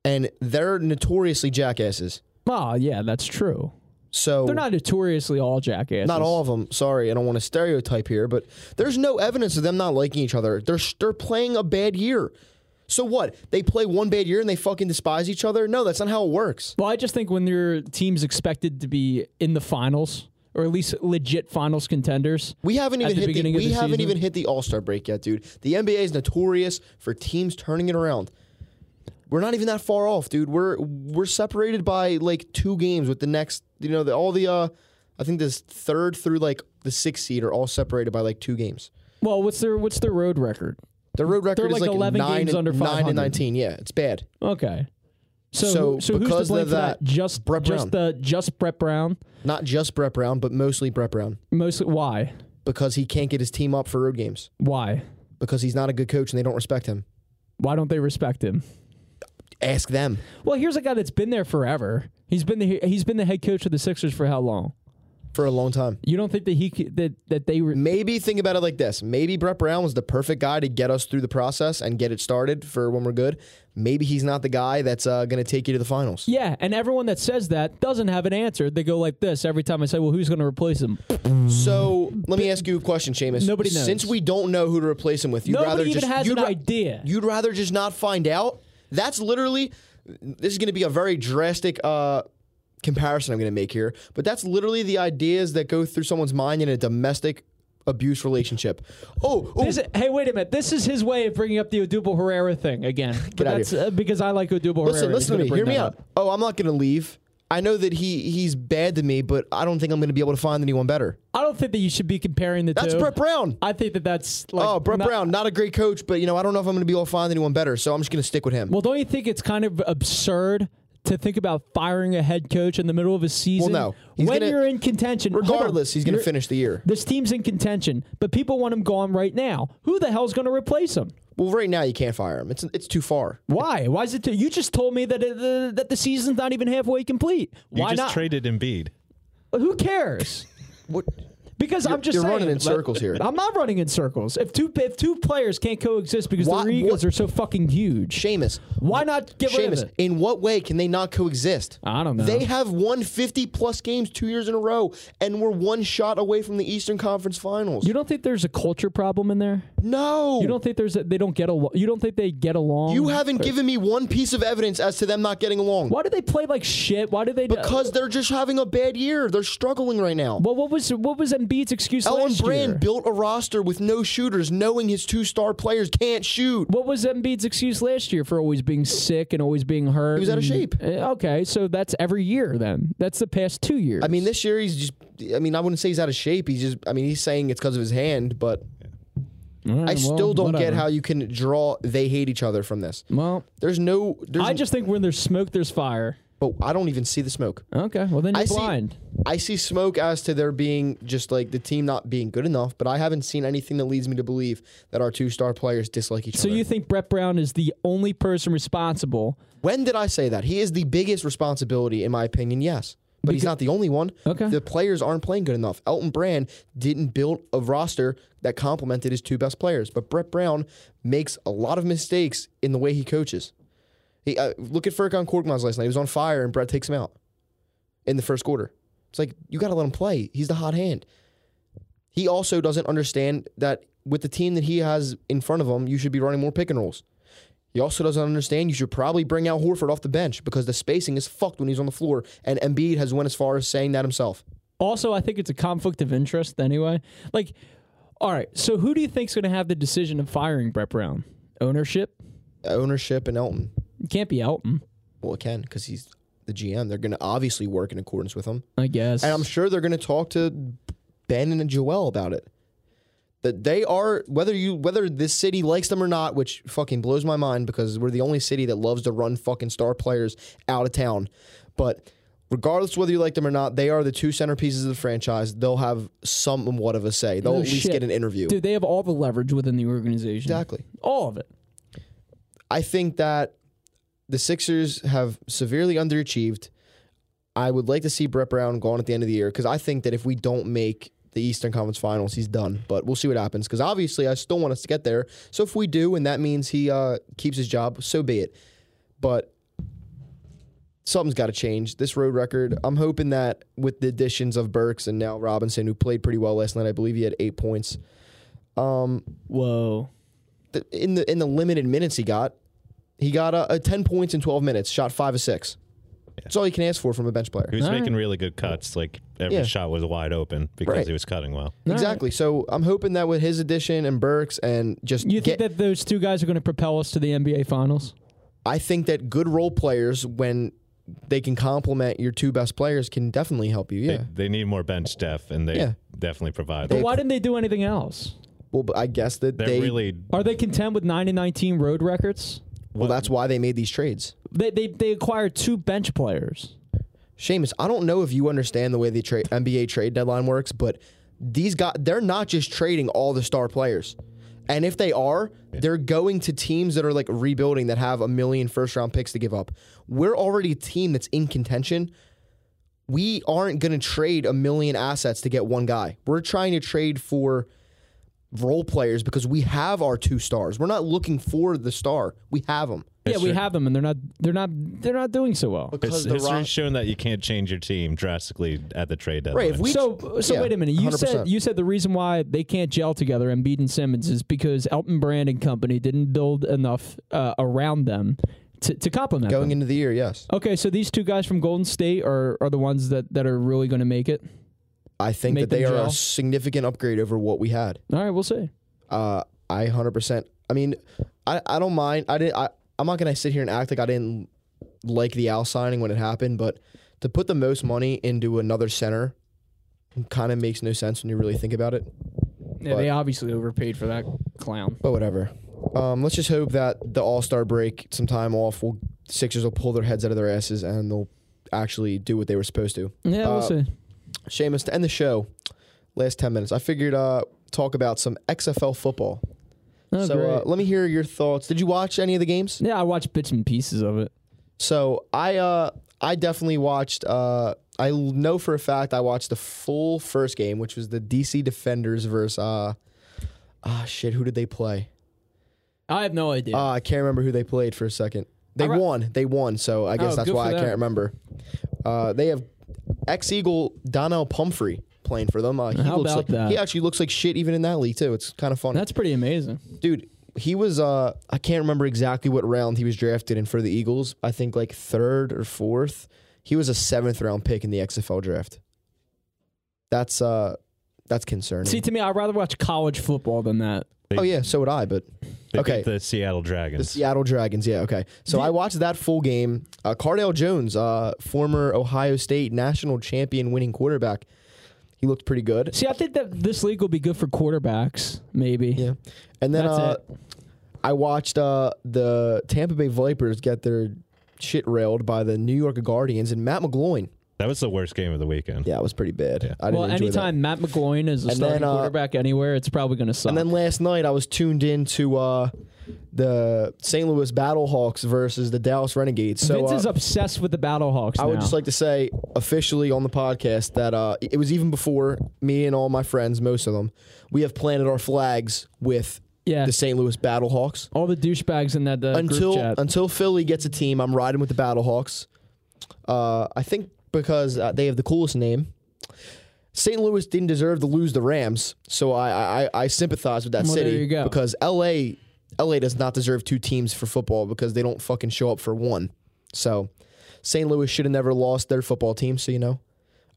Speaker 1: And they're notoriously jackasses.
Speaker 2: Oh, yeah, that's true.
Speaker 1: So
Speaker 2: They're not notoriously all jackasses.
Speaker 1: not all of them. Sorry, I don't want to stereotype here, but there's no evidence of them not liking each other. They're they're playing a bad year. So what? They play one bad year and they fucking despise each other? No, that's not how it works.
Speaker 2: Well, I just think when your team's expected to be in the finals or at least legit finals contenders,
Speaker 1: We haven't
Speaker 2: At
Speaker 1: even
Speaker 2: the
Speaker 1: hit the,
Speaker 2: beginning of
Speaker 1: we
Speaker 2: the
Speaker 1: haven't
Speaker 2: season?
Speaker 1: even hit the All Star break yet, dude. The NBA is notorious for teams turning it around. We're not even that far off, dude. We're we're separated by like two games with the next, you know, the, all the uh, I think this third through like the sixth seed are all separated by like two games.
Speaker 2: well, what's their what's their road record?
Speaker 1: Their road record
Speaker 2: They're
Speaker 1: is
Speaker 2: like
Speaker 1: like
Speaker 2: 11
Speaker 1: nine
Speaker 2: games
Speaker 1: and,
Speaker 2: under
Speaker 1: nine
Speaker 2: 500.
Speaker 1: and nineteen. Yeah, it's bad.
Speaker 2: Okay. So,
Speaker 1: So,
Speaker 2: who- so who's
Speaker 1: because
Speaker 2: to blame
Speaker 1: of
Speaker 2: for that?
Speaker 1: that,
Speaker 2: Just
Speaker 1: Brett
Speaker 2: just
Speaker 1: Brown.
Speaker 2: the just Brett Brown.
Speaker 1: Not just Brett Brown, but mostly Brett Brown
Speaker 2: Mostly why?
Speaker 1: because he can't get his team up for road games
Speaker 2: Why?
Speaker 1: because he's not a good coach and they don't respect him.
Speaker 2: Why don't they respect him?
Speaker 1: Ask them.
Speaker 2: Well, here's a guy that's been there forever. He's been the he's been the head coach of the Sixers for how long?
Speaker 1: for a long time.
Speaker 2: You don't think that he c- that that they were
Speaker 1: Maybe think about it like this. Maybe Brett Brown was the perfect guy to get us through the process and get it started for when we're good. Maybe he's not the guy that's uh, going to take you to the finals.
Speaker 2: Yeah, and everyone that says that doesn't have an answer. They go like this every time I say, "Well, who's going to replace him?"
Speaker 1: So let me ask you a question, Seamus.
Speaker 2: Mm-hmm. Nobody knows.
Speaker 1: Since we don't know who to replace him with, you'd
Speaker 2: Nobody
Speaker 1: rather
Speaker 2: even
Speaker 1: just
Speaker 2: has
Speaker 1: you'd
Speaker 2: an
Speaker 1: ra-
Speaker 2: idea.
Speaker 1: You'd rather just not find out. That's literally. This is going to be a very drastic uh, comparison I'm going to make here, but that's literally the ideas that go through someone's mind in a domestic abuse relationship. Oh, oh
Speaker 2: This- hey, wait a minute. This is his way of bringing up the Odubel Herrera thing again. But
Speaker 1: outta
Speaker 2: that's uh, because I like Odubel Herrera.
Speaker 1: Listen,
Speaker 2: He's
Speaker 1: listen to
Speaker 2: gonna
Speaker 1: me.
Speaker 2: bring
Speaker 1: Hear me
Speaker 2: that
Speaker 1: out. Oh, I'm not going to leave. I know that he he's bad to me, but I don't think I'm going to be able to find anyone better.
Speaker 2: I don't think that you should be comparing the
Speaker 1: That's
Speaker 2: two.
Speaker 1: Brett Brown.
Speaker 2: I think that that's like
Speaker 1: oh, Brett
Speaker 2: not-
Speaker 1: Brown, not a great coach, but you know I don't know if I'm going to be able to find anyone better, so I'm just going to stick with him.
Speaker 2: Well, don't you think it's kind of absurd to think about firing a head coach in the middle of a season?
Speaker 1: no. He's
Speaker 2: when
Speaker 1: gonna-
Speaker 2: you're in contention, hold on.
Speaker 1: Regardless, he's going to
Speaker 2: You're-
Speaker 1: finish the year.
Speaker 2: This team's in contention, but people want him gone right now. Who the hell's going to replace him?
Speaker 1: Well, right now you can't fire him. It's it's too far.
Speaker 2: Why? Why is it? Too, you just told me that it, the, that the season's not even halfway complete.
Speaker 3: You
Speaker 2: Why
Speaker 3: just
Speaker 2: not?
Speaker 3: traded Embiid.
Speaker 2: Who cares?
Speaker 1: What?
Speaker 2: Because I'm just
Speaker 1: you're
Speaker 2: saying,
Speaker 1: running in circles here.
Speaker 2: I'm not running in circles. If two if two players can't coexist because
Speaker 1: Why-
Speaker 2: their egos
Speaker 1: what-
Speaker 2: are so fucking huge,
Speaker 1: Seamus.
Speaker 2: why not get rid
Speaker 1: Seamus,
Speaker 2: of it?
Speaker 1: in what way can they not coexist?
Speaker 2: I don't know.
Speaker 1: They have won 50 plus games two years in a row, and we're one shot away from the Eastern Conference Finals.
Speaker 2: You don't think there's a culture problem in there?
Speaker 1: no.
Speaker 2: You don't think there's a, they don't get along? You don't think they get along?
Speaker 1: You haven't given me one piece of evidence as to them not getting along.
Speaker 2: Why do they play like shit? Why do they?
Speaker 1: Because they're just having a bad year. They're struggling right now.
Speaker 2: well, what was what was Embiid's excuse
Speaker 1: Ellen
Speaker 2: last
Speaker 1: Brand
Speaker 2: year?
Speaker 1: built a roster with no shooters, knowing his two star players can't shoot.
Speaker 2: What was Embiid's excuse last year for always being sick and always being hurt? He
Speaker 1: was out of shape.
Speaker 2: Okay, so that's every year then. That's the past two years.
Speaker 1: I mean, this year he's just. I mean, I wouldn't say he's out of shape. He's just. I mean, he's saying it's because of his hand, but I still don't get how you can draw. They hate each other from this.
Speaker 2: Well,
Speaker 1: There's no. There's
Speaker 2: I just think when there's smoke, there's fire.
Speaker 1: But I don't even see the smoke.
Speaker 2: Okay, well then you're
Speaker 1: I see-
Speaker 2: blind.
Speaker 1: I see smoke as to there being just like the team not being good enough, but I haven't seen anything that leads me to believe that our two star players dislike each
Speaker 2: So
Speaker 1: other.
Speaker 2: you think Brett Brown is the only person responsible?
Speaker 1: When did I say that? He is the biggest responsibility, in my opinion, yes. But he's not the only one.
Speaker 2: Okay.
Speaker 1: The players aren't playing good enough. Elton Brand didn't build a roster that complemented his two best players. But Brett Brown makes a lot of mistakes in the way he coaches. He, uh, look at Furkan Korkmaz last night. He was on fire, and Brett takes him out in the first quarter. It's like, you got to let him play. He's the hot hand. He also doesn't understand that with the team that he has in front of him, you should be running more pick and rolls. He also doesn't understand you should probably bring out Horford off the bench because the spacing is fucked when he's on the floor, and Embiid has went as far as saying that himself.
Speaker 2: Also, I think it's a conflict of interest anyway. Like, all right, so who do you think's going to have the decision of firing Brett Brown? Ownership?
Speaker 1: Ownership and Elton,
Speaker 2: It can't be Elton,
Speaker 1: well, it can because he's the GM. They're going to obviously work in accordance with him,
Speaker 2: I guess.
Speaker 1: and I'm sure they're going to talk to Ben and Joel about it. That they are whether you whether this city likes them or not, which fucking blows my mind because we're the only city that loves to run fucking star players out of town, but. Regardless of whether you like them or not, they are the two centerpieces of the franchise. They'll have somewhat of a say. They'll
Speaker 2: No
Speaker 1: at least
Speaker 2: shit.
Speaker 1: get an interview.
Speaker 2: Dude, they have all the leverage within the organization.
Speaker 1: Exactly.
Speaker 2: All of it.
Speaker 1: I think that the Sixers have severely underachieved. I would like to see Brett Brown gone at the end of the year because I think that if we don't make the Eastern Conference Finals, he's done. But we'll see what happens because obviously I still want us to get there. So if we do, and that means he uh, keeps his job, so be it. But something's got to change. This road record, I'm hoping that with the additions of Burks and now Robinson, who played pretty well last night, I believe he had eight points. Um,
Speaker 2: Whoa.
Speaker 1: the, in the in the limited minutes he got, he got uh, uh, ten points in twelve minutes, shot five of six. That's all you can ask for from a bench player.
Speaker 3: He was
Speaker 2: All
Speaker 3: making really good cuts. Like every
Speaker 1: Yeah.
Speaker 3: shot was wide open because
Speaker 1: Right.
Speaker 3: he was cutting well.
Speaker 1: Exactly. So I'm hoping that with his addition and Burks and just
Speaker 2: You
Speaker 1: get,
Speaker 2: think that those two guys are going to propel us to the NBA Finals?
Speaker 1: I think that good role players when they can complement your two best players can definitely help you. Yeah.
Speaker 3: They, they need more bench depth, and they
Speaker 1: Yeah.
Speaker 3: definitely provide.
Speaker 2: But
Speaker 3: that.
Speaker 2: why didn't they do anything else?
Speaker 1: well, but I guess that
Speaker 3: They're
Speaker 1: they
Speaker 3: really
Speaker 2: Are they content with nine and nineteen road records?
Speaker 1: well that's why they made these trades.
Speaker 2: They they, they acquired two bench players.
Speaker 1: Seamus, I don't know if you understand the way the tra- NBA trade deadline works, but these guys, they're not just trading all the star players. And if they are, they're going to teams that are like rebuilding that have a million first round picks to give up. We're already a team that's in contention. we aren't going to trade a million assets to get one guy. We're trying to trade for role players because we have our two stars. We're not looking for the star. We have them.
Speaker 2: yeah, we have them, and they're not they're not they're not doing so well.
Speaker 1: Because the
Speaker 3: History's
Speaker 1: Ron-
Speaker 3: shown that you can't change your team drastically at the trade deadline.
Speaker 1: Right, if we-
Speaker 2: so so
Speaker 1: yeah,
Speaker 2: wait a minute. You
Speaker 1: 100%.
Speaker 2: said you said the reason why they can't gel together and Bede and Simmons is because Elton Brand and company didn't build enough uh, around them to, to complement
Speaker 1: going
Speaker 2: them.
Speaker 1: into the year, yes.
Speaker 2: okay, so these two guys from Golden State are are the ones that that are really going to make it.
Speaker 1: I think
Speaker 2: Make
Speaker 1: that they
Speaker 2: them
Speaker 1: are
Speaker 2: gel.
Speaker 1: a significant upgrade over what we had.
Speaker 2: All right, we'll see.
Speaker 1: Uh, I hundred percent. I mean, I, I don't mind. I didn't. I, I'm not gonna sit here and act like I didn't like the Al signing when it happened, but to put the most money into another center kind of makes no sense when you really think about it.
Speaker 2: Yeah,
Speaker 1: But-
Speaker 2: they obviously overpaid for that clown.
Speaker 1: But whatever. Um, let's just hope that the All Star break, some time off, will Sixers will pull their heads out of their asses and they'll actually do what they were supposed to.
Speaker 2: Yeah,
Speaker 1: Uh,
Speaker 2: we'll see.
Speaker 1: Seamus, to end the show, last 10 minutes, I figured uh, talk about some XFL football.
Speaker 2: Oh,
Speaker 1: so uh,
Speaker 2: great.
Speaker 1: let me hear your thoughts. Did you watch any of the games?
Speaker 2: yeah, I watched bits and pieces of it.
Speaker 1: So I uh, I definitely watched. Uh, I l- know for a fact I watched the full first game, which was the DC Defenders versus. Uh, ah, shit. Who did they play?
Speaker 2: I have no idea.
Speaker 1: Uh, I can't remember who they played for a second. They
Speaker 2: I re-
Speaker 1: won. They won. So I guess
Speaker 2: Oh,
Speaker 1: that's
Speaker 2: good
Speaker 1: why I
Speaker 2: for them.
Speaker 1: can't remember. Uh, they have ex Eagle Donnell Pumphrey playing for them. Uh, he
Speaker 2: How
Speaker 1: looks
Speaker 2: about
Speaker 1: like,
Speaker 2: that?
Speaker 1: He actually looks like shit even in that league too. It's kind of funny,
Speaker 2: That's pretty amazing.
Speaker 1: dude. He was uh, I can't remember exactly what round he was drafted in for the Eagles. I think like third or fourth. He was a seventh round pick in the XFL draft. That's uh, that's concerning.
Speaker 2: See, to me, I'd rather watch college football than that.
Speaker 1: oh yeah, so would I, but
Speaker 3: They
Speaker 1: okay.
Speaker 3: beat the Seattle
Speaker 1: The
Speaker 3: Dragons.
Speaker 1: Seattle Dragons, yeah, okay. So I watched that full game. Uh, Cardale Jones, uh, former Ohio State national champion winning quarterback, he looked pretty good.
Speaker 2: See, I think that this league will be good for quarterbacks, maybe.
Speaker 1: Yeah. And then
Speaker 2: That's
Speaker 1: uh, I watched uh, the Tampa Bay Vipers get their shit railed by the New York Guardians and Matt McGloin.
Speaker 3: That was the worst game of the weekend.
Speaker 1: Yeah, it was pretty bad.
Speaker 3: Yeah.
Speaker 1: I didn't
Speaker 2: Well,
Speaker 1: enjoy that.
Speaker 2: anytime Matt McGloin is a
Speaker 1: And
Speaker 2: starting
Speaker 1: then, uh,
Speaker 2: quarterback anywhere, it's probably going to suck.
Speaker 1: And then last night I was tuned into uh, the St. Louis Battlehawks versus the Dallas Renegades. So
Speaker 2: Vince
Speaker 1: uh,
Speaker 2: is obsessed with the Battlehawks.
Speaker 1: I would
Speaker 2: now.
Speaker 1: just like to say officially on the podcast that uh, it was even before me and all my friends, most of them, we have planted our flags with
Speaker 2: yeah,
Speaker 1: the St. Louis Battlehawks.
Speaker 2: all the douchebags in that uh,
Speaker 1: Until
Speaker 2: group chat.
Speaker 1: until Philly gets a team, I'm riding with the Battlehawks. Uh, I think because uh, they have the coolest name. St. Louis didn't deserve to lose the Rams, so I I, I sympathize with that
Speaker 2: Well, there
Speaker 1: city
Speaker 2: you go.
Speaker 1: because L.A. L.A. does not deserve two teams for football because they don't fucking show up for one. So St. Louis should have never lost their football team. So you know,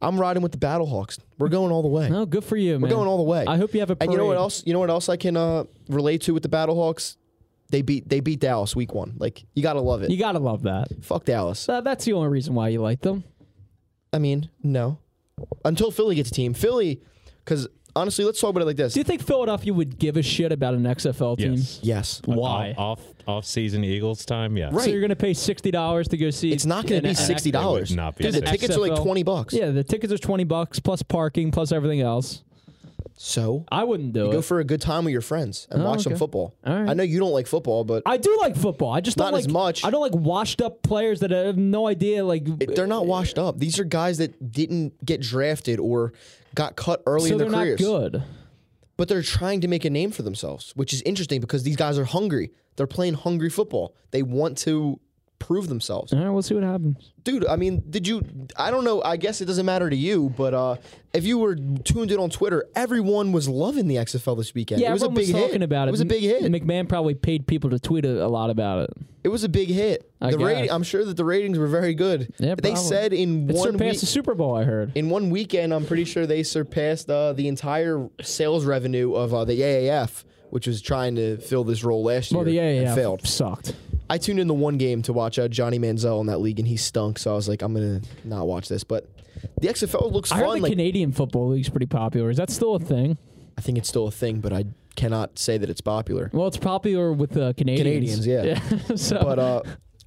Speaker 1: I'm riding with the Battlehawks. We're going all the way.
Speaker 2: no, good for you,
Speaker 1: We're
Speaker 2: man.
Speaker 1: going all the way.
Speaker 2: I hope you have a. Parade.
Speaker 1: And you know what else? You know what else I can uh, relate to with the Battlehawks? They beat they beat Dallas week one. Like you gotta love it.
Speaker 2: You gotta love that.
Speaker 1: Fuck Dallas.
Speaker 2: So that's the only reason why you like them.
Speaker 1: I mean, no. Until Philly gets a team, Philly. Because honestly, let's talk about it like this.
Speaker 2: Do you think Philadelphia would give a shit about an XFL team?
Speaker 3: Yes.
Speaker 1: yes,
Speaker 2: Why?
Speaker 3: Off off season Eagles time. Yeah.
Speaker 1: Right.
Speaker 2: So you're gonna pay sixty dollars to go see?
Speaker 1: it's not going to
Speaker 2: an-
Speaker 1: be
Speaker 2: an
Speaker 1: sixty dollars.
Speaker 3: It would not be
Speaker 1: Dude, the
Speaker 3: sixty.
Speaker 1: tickets are like
Speaker 2: XFL.
Speaker 1: twenty bucks.
Speaker 2: Yeah, the tickets are twenty bucks plus parking plus everything else.
Speaker 1: So
Speaker 2: I wouldn't do
Speaker 1: you
Speaker 2: it.
Speaker 1: go for a good time with your friends and
Speaker 2: Oh,
Speaker 1: watch some
Speaker 2: okay.
Speaker 1: football.
Speaker 2: All right.
Speaker 1: I know you don't like football, but
Speaker 2: I do like football. I just
Speaker 1: Not
Speaker 2: don't like
Speaker 1: as much.
Speaker 2: I don't like washed up players that have no idea. Like
Speaker 1: they're not washed up. These are guys that didn't get drafted or got cut early
Speaker 2: so
Speaker 1: in their
Speaker 2: they're
Speaker 1: careers.
Speaker 2: not good.
Speaker 1: but they're trying to make a name for themselves, which is interesting because these guys are hungry. They're playing hungry football. They want to prove themselves.
Speaker 2: All right, we'll see what happens.
Speaker 1: Dude, I mean, did you I don't know, I guess it doesn't matter to you, but uh if you were tuned in on Twitter, everyone was loving the XFL this weekend.
Speaker 2: Yeah,
Speaker 1: it was a
Speaker 2: everyone
Speaker 1: big
Speaker 2: was talking
Speaker 1: hit.
Speaker 2: about it.
Speaker 1: It was a big hit.
Speaker 2: M- McMahon probably paid people to tweet a, a lot about it.
Speaker 1: it was a big hit.
Speaker 2: I
Speaker 1: the
Speaker 2: guess.
Speaker 1: rating I'm sure that the ratings were very good.
Speaker 2: Yeah,
Speaker 1: they
Speaker 2: probably.
Speaker 1: said in
Speaker 2: It
Speaker 1: one
Speaker 2: surpassed
Speaker 1: week
Speaker 2: the Super Bowl, I heard.
Speaker 1: in one weekend, I'm pretty sure they surpassed uh, the entire sales revenue of uh, the AAF, which was trying to fill this role last
Speaker 2: well, the
Speaker 1: year and
Speaker 2: AAF
Speaker 1: failed.
Speaker 2: sucked.
Speaker 1: I tuned in the one game to watch uh, Johnny Manziel in that league, and he stunk. So I was like, I'm gonna not watch this. But the XFL looks
Speaker 2: I heard
Speaker 1: fun.
Speaker 2: the
Speaker 1: Like
Speaker 2: Canadian Football League's pretty popular. Is that still a thing?
Speaker 1: I think it's still a thing, but I cannot say that it's popular.
Speaker 2: Well, it's popular with uh,
Speaker 1: Canadians,
Speaker 2: Canadians.
Speaker 1: yeah.
Speaker 2: so,
Speaker 1: But uh,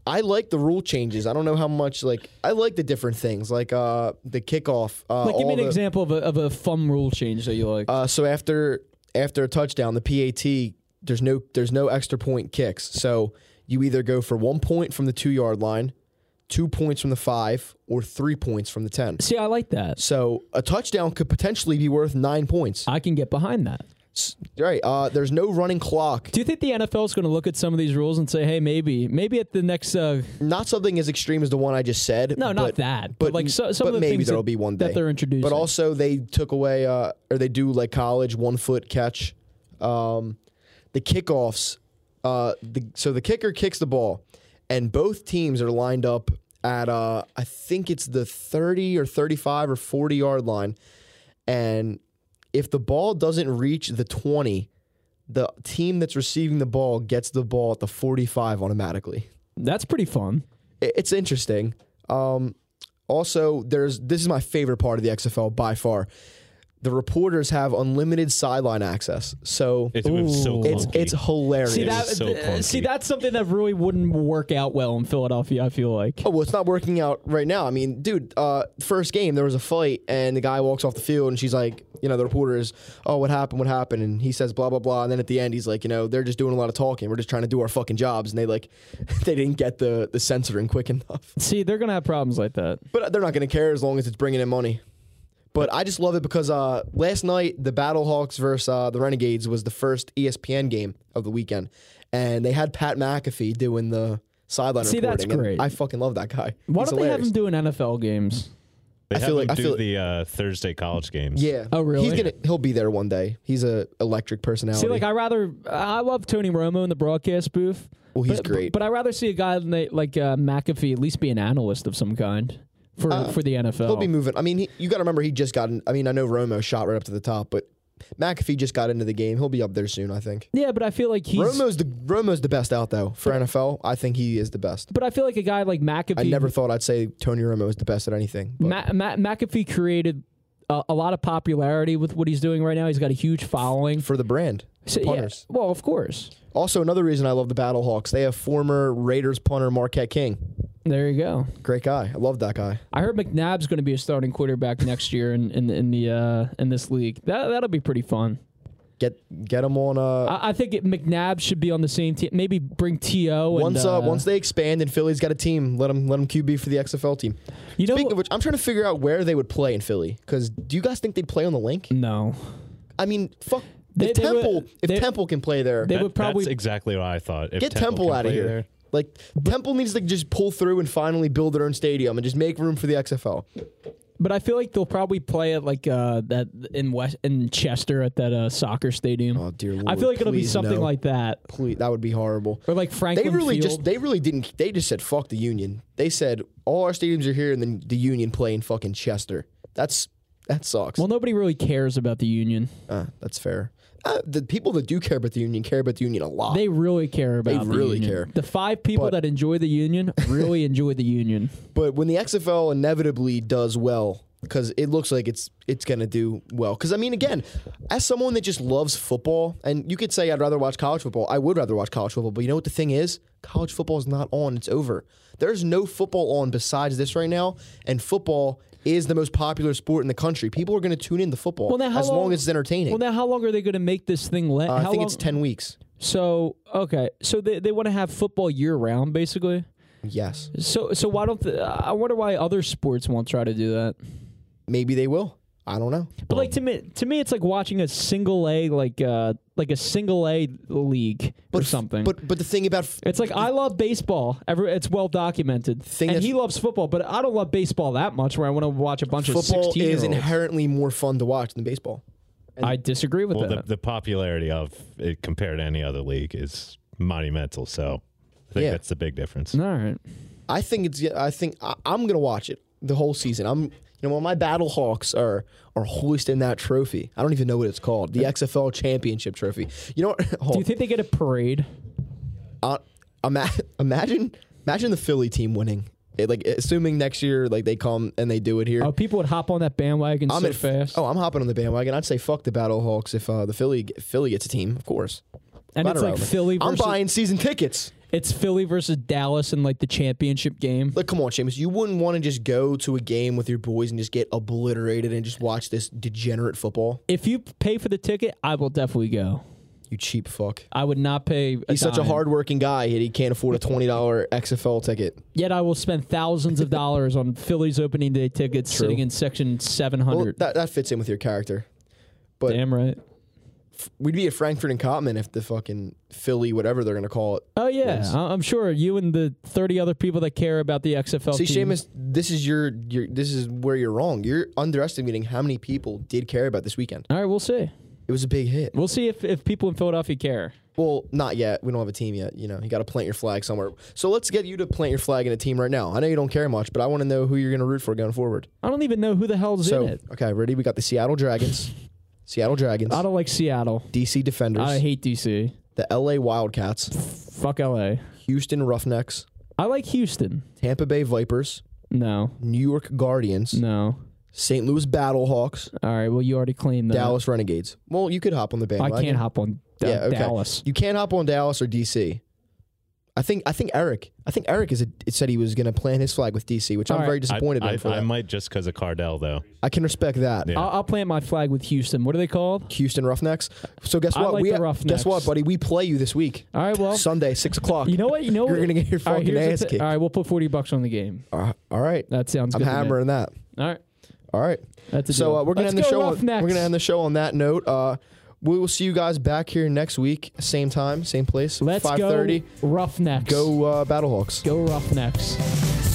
Speaker 1: I like the rule changes. I don't know how much like I like the different things, like uh, the kickoff. Uh,
Speaker 2: like, give me
Speaker 1: all
Speaker 2: an
Speaker 1: the-
Speaker 2: example of a, of a fun rule change that you like.
Speaker 1: Uh, so after after a touchdown, the PAT there's no there's no extra point kicks. So you either go for one point from the two yard line, two points from the five or three points from the 10.
Speaker 2: See, I like that.
Speaker 1: So a touchdown could potentially be worth nine points.
Speaker 2: I can get behind that.
Speaker 1: S- Right. Uh, there's no running clock.
Speaker 2: Do you think the NFL is going to look at some of these rules and say, "Hey, maybe, maybe at the next"? Uh,
Speaker 1: Not something as extreme as the one I just said.
Speaker 2: no, not
Speaker 1: but-
Speaker 2: that. But, like so, some
Speaker 1: but
Speaker 2: of the
Speaker 1: maybe
Speaker 2: things
Speaker 1: there'll
Speaker 2: that,
Speaker 1: be one day
Speaker 2: that they're introducing.
Speaker 1: But also they took away uh, or they do like college one foot catch, um, the kickoffs. Uh, the, so the kicker kicks the ball, and both teams are lined up at uh, I think it's the thirty or thirty five or forty yard line, and if the ball doesn't reach the twenty. The team that's receiving the ball gets the ball at the 45 automatically
Speaker 2: that's pretty fun.
Speaker 1: it- it's interesting. Um, also, there's this is my favorite part of the XFL by far. The reporters have unlimited sideline access, so
Speaker 3: It's it moves so
Speaker 2: Ooh.
Speaker 1: it's
Speaker 3: clunky.
Speaker 1: it's hilarious.
Speaker 2: See
Speaker 3: It
Speaker 2: that?
Speaker 3: is so
Speaker 2: th- see
Speaker 3: clunky.
Speaker 2: that's something that really wouldn't work out well in Philadelphia. I feel like.
Speaker 1: Oh well, it's not working out right now. I mean, dude, uh, first game there was a fight, and the guy walks off the field, and she's like, you know, the reporter is, oh, what happened? What happened? And he says blah blah blah, and then at the end he's like, you know, they're just doing a lot of talking. We're just trying to do our fucking jobs, and they like, they didn't get the the censoring quick enough.
Speaker 2: See, they're gonna have problems like that.
Speaker 1: But they're not going to care as long as it's bringing in money. But I just love it because uh, last night the Battlehawks versus uh, the Renegades was the first E ESPN game of the weekend, and they had Pat McAfee doing the sideline
Speaker 2: See, that's
Speaker 1: reporting. and
Speaker 2: great.
Speaker 1: I fucking love that guy.
Speaker 2: Why
Speaker 1: He's
Speaker 2: don't
Speaker 1: hilarious.
Speaker 2: they have them doing NFL games?
Speaker 3: They
Speaker 1: I
Speaker 3: have
Speaker 1: feel like-
Speaker 3: them
Speaker 1: I
Speaker 3: do
Speaker 1: feel-
Speaker 3: the uh, Thursday college games.
Speaker 1: Yeah.
Speaker 2: Oh, really?
Speaker 1: He's gonna. He'll be there one day. He's a electric personality.
Speaker 2: See, like I rather I love Tony Romo in the broadcast booth.
Speaker 1: Well, he's
Speaker 2: but,
Speaker 1: great.
Speaker 2: But, I rather see a guy na- like uh, McAfee at least be an analyst of some kind for for the NFL.
Speaker 1: Uh, he'll be moving. I mean, he, you got to remember he just got. In, I mean, I know Romo shot right up to the top, but McAfee just got into the game. He'll be up there soon, I think.
Speaker 2: yeah, but I feel like he's.
Speaker 1: Romo's the Romo's the best out though for NFL. I think he is the best.
Speaker 2: but I feel like a guy like McAfee.
Speaker 1: I never thought I'd say Tony Romo was the best at anything. But
Speaker 2: Ma- Ma- McAfee created a, a lot of popularity with what he's doing right now. He's got a huge following.
Speaker 1: for the brand,
Speaker 2: So, yeah,
Speaker 1: punters.
Speaker 2: well, of course.
Speaker 1: Also, another reason I love the Battlehawks. They have former Raiders punter Marquette King.
Speaker 2: There you go.
Speaker 1: Great guy. I love that guy.
Speaker 2: I heard McNabb's going to be a starting quarterback next year in in, in the uh, in this league. That that'll be pretty fun.
Speaker 1: Get get him on. Uh,
Speaker 2: I, I think it, McNabb should be on the same team. Maybe bring To and
Speaker 1: once
Speaker 2: uh,
Speaker 1: uh, once they expand and Philly's got a team, let him let him QB for the XFL team.
Speaker 2: you know
Speaker 1: Speaking of which, I'm trying to figure out where they would play in Philly. Because do you guys think they'd play on the link?
Speaker 2: no,
Speaker 1: I mean, fuck.
Speaker 2: They-
Speaker 1: if
Speaker 2: they would-
Speaker 1: Temple, if
Speaker 2: they-
Speaker 1: Temple can play there,
Speaker 2: they
Speaker 3: That-
Speaker 2: would probably
Speaker 3: that's exactly what I thought. If
Speaker 1: get Temple,
Speaker 3: can
Speaker 1: out of
Speaker 3: play
Speaker 1: here.
Speaker 3: there-
Speaker 1: Like Temple needs to just pull through and finally build their own stadium and just make room for the XFL.
Speaker 2: but I feel like they'll probably play it like uh, that in West in Chester at that uh, soccer stadium.
Speaker 1: Oh dear lord!
Speaker 2: I feel like it'll be
Speaker 1: please
Speaker 2: something
Speaker 1: no.
Speaker 2: like that,
Speaker 1: Please, that would be horrible.
Speaker 2: or like Franklin.
Speaker 1: They really
Speaker 2: Field.
Speaker 1: just they really didn't. They just said fuck the union. They said all our stadiums are here, and then the union play in fucking Chester. That's that sucks.
Speaker 2: well, nobody really cares about the union.
Speaker 1: Uh, that's fair. Uh, the people that do care about the union care about the union a lot.
Speaker 2: They really care about. the
Speaker 1: really
Speaker 2: union.
Speaker 1: care.
Speaker 2: The five people
Speaker 1: But-
Speaker 2: that enjoy the union really enjoy the union.
Speaker 1: but when the XFL inevitably does well, because it looks like it's it's gonna do well. Because I mean, again, as someone that just loves football, and you could say I'd rather watch college football. I would rather watch college football, but you know what the thing is? College football is not on. It's over. There's no football on besides this right now, and football is the most popular sport in the country. People are gonna tune in to football
Speaker 2: Well, now how
Speaker 1: as long, as it's entertaining.
Speaker 2: Well, now how long are they going to make this thing? Le-
Speaker 1: Uh, I
Speaker 2: how
Speaker 1: think
Speaker 2: long-
Speaker 1: it's ten weeks.
Speaker 2: So okay, so they they want to have football year round, basically.
Speaker 1: Yes,
Speaker 2: So so why don't th- I wonder why other sports won't try to do that?
Speaker 1: maybe they will. I don't know.
Speaker 2: But like to me, to me, it's like watching a single A like uh like a single A league or something.
Speaker 1: But but the thing about f-
Speaker 2: it's like I love baseball. Every it's well documented.
Speaker 1: Thing
Speaker 2: and
Speaker 1: that's-
Speaker 2: he loves football, but I don't love baseball that much. Where I want to watch a bunch of
Speaker 1: football
Speaker 2: sixteen year
Speaker 1: is
Speaker 2: olds.
Speaker 1: inherently more fun to watch than baseball.
Speaker 2: I disagree with
Speaker 3: Well, the,
Speaker 1: uh,
Speaker 2: that.
Speaker 3: the popularity of it compared to any other league is monumental. So I think
Speaker 1: Yeah.
Speaker 3: that's the big difference.
Speaker 2: All right.
Speaker 1: I think it's. I think I, I'm gonna watch it the whole season. I'm. You know, when my Battle Hawks are are hoisting that trophy, I don't even know what it's called, the XFL Championship Trophy. You know, what?
Speaker 2: Do
Speaker 1: Hold
Speaker 2: you think they get a parade?
Speaker 1: on. I, ima- imagine imagine the Philly team winning. It, like assuming next year, like they come and they do it here.
Speaker 2: Oh, people would hop on that bandwagon
Speaker 1: I'm
Speaker 2: so
Speaker 1: at-
Speaker 2: fast.
Speaker 1: Oh, I'm hopping on the bandwagon. I'd say fuck the Battle Hawks if uh, the Philly Philly gets a team, of course.
Speaker 2: and it's
Speaker 1: Lateral.
Speaker 2: like Philly.
Speaker 1: I'm
Speaker 2: Versus,
Speaker 1: buying season tickets.
Speaker 2: It's Philly versus Dallas in like the championship game.
Speaker 1: Like, come on, Seamus. You wouldn't want to just go to a game with your boys and just get obliterated and just watch this degenerate football.
Speaker 2: If you pay for the ticket, I will definitely go.
Speaker 1: You cheap fuck.
Speaker 2: I would not pay. A
Speaker 1: He's such a
Speaker 2: dime.
Speaker 1: hardworking guy, yet he can't afford a twenty dollar XFL ticket.
Speaker 2: Yet I will spend thousands of dollars on Phillies opening day tickets
Speaker 1: True.
Speaker 2: sitting in section seven
Speaker 1: Well,
Speaker 2: hundred.
Speaker 1: that that fits in with your character. but-
Speaker 2: Damn right.
Speaker 1: We'd be at Frankfurt and Cotman if the fucking Philly, whatever they're gonna call it.
Speaker 2: Oh yeah,
Speaker 1: Yes.
Speaker 2: I- I'm sure you and the 30 other people that care about the XFL.
Speaker 1: See,
Speaker 2: team-
Speaker 1: Seamus, this is your your this is where you're wrong. You're underestimating how many people did care about this weekend.
Speaker 2: All right, we'll see.
Speaker 1: It was a big hit.
Speaker 2: We'll see if, if people in Philadelphia care.
Speaker 1: Well, not yet. We don't have a team yet. You know, you got to plant your flag somewhere. So let's get you to plant your flag in a team right now. I know you don't care much, but I want to know who you're going to root for going forward.
Speaker 2: I don't even know who the hell's
Speaker 1: so,
Speaker 2: in it.
Speaker 1: okay, ready? We got the Seattle Dragons, Seattle Dragons,
Speaker 2: I don't like Seattle.
Speaker 1: DC Defenders,
Speaker 2: I hate DC.
Speaker 1: the LA Wildcats,
Speaker 2: Fuck LA.
Speaker 1: Houston Roughnecks,
Speaker 2: I like Houston.
Speaker 1: Tampa Bay Vipers,
Speaker 2: No,
Speaker 1: New York Guardians,
Speaker 2: no.
Speaker 1: St. Louis Battlehawks,
Speaker 2: All right. Well, you already claimed that.
Speaker 1: Dallas Renegades. Well, you could hop on the
Speaker 2: I
Speaker 1: bandwagon.
Speaker 2: can't hop on Da-
Speaker 1: Yeah, okay.
Speaker 2: Dallas.
Speaker 1: You can't hop on Dallas or DC. I think I think Eric. I think Eric is a, said he was going to plant his flag with DC, which
Speaker 2: All
Speaker 1: I'm
Speaker 2: right.
Speaker 1: very disappointed
Speaker 3: I,
Speaker 1: in. For
Speaker 3: I, I
Speaker 1: that.
Speaker 3: might just because of Cardell though.
Speaker 1: I can respect that.
Speaker 3: Yeah.
Speaker 2: I'll, I'll plant my flag with Houston. What are they called?
Speaker 1: Houston Roughnecks. So guess
Speaker 2: I
Speaker 1: what?
Speaker 2: like
Speaker 1: we
Speaker 2: the
Speaker 1: guess
Speaker 2: Roughnecks.
Speaker 1: what, buddy? We play you this week,
Speaker 2: All right. Well,
Speaker 1: Sunday, six o'clock.
Speaker 2: you know what? You know
Speaker 1: You're
Speaker 2: what?
Speaker 1: gonna get your
Speaker 2: All right,
Speaker 1: fucking
Speaker 2: here's the
Speaker 1: ass
Speaker 2: thi-
Speaker 1: kicked.
Speaker 2: All right, we'll put 40 bucks on the game.
Speaker 1: Uh, all right,
Speaker 2: That sounds
Speaker 1: I'm
Speaker 2: good. to me.
Speaker 1: hammering that.
Speaker 2: All right.
Speaker 1: All right.
Speaker 2: That's a
Speaker 1: So
Speaker 2: deal.
Speaker 1: uh, we're gonna
Speaker 2: Let's
Speaker 1: end the
Speaker 2: go
Speaker 1: show. On,
Speaker 2: Roughnecks.
Speaker 1: we're gonna end the show on that note. Uh, we will see you guys back here next week, same time, same place,
Speaker 2: Let's
Speaker 1: five thirty.
Speaker 2: go Roughnecks.
Speaker 1: Go uh, Battlehawks.
Speaker 2: Go Roughnecks.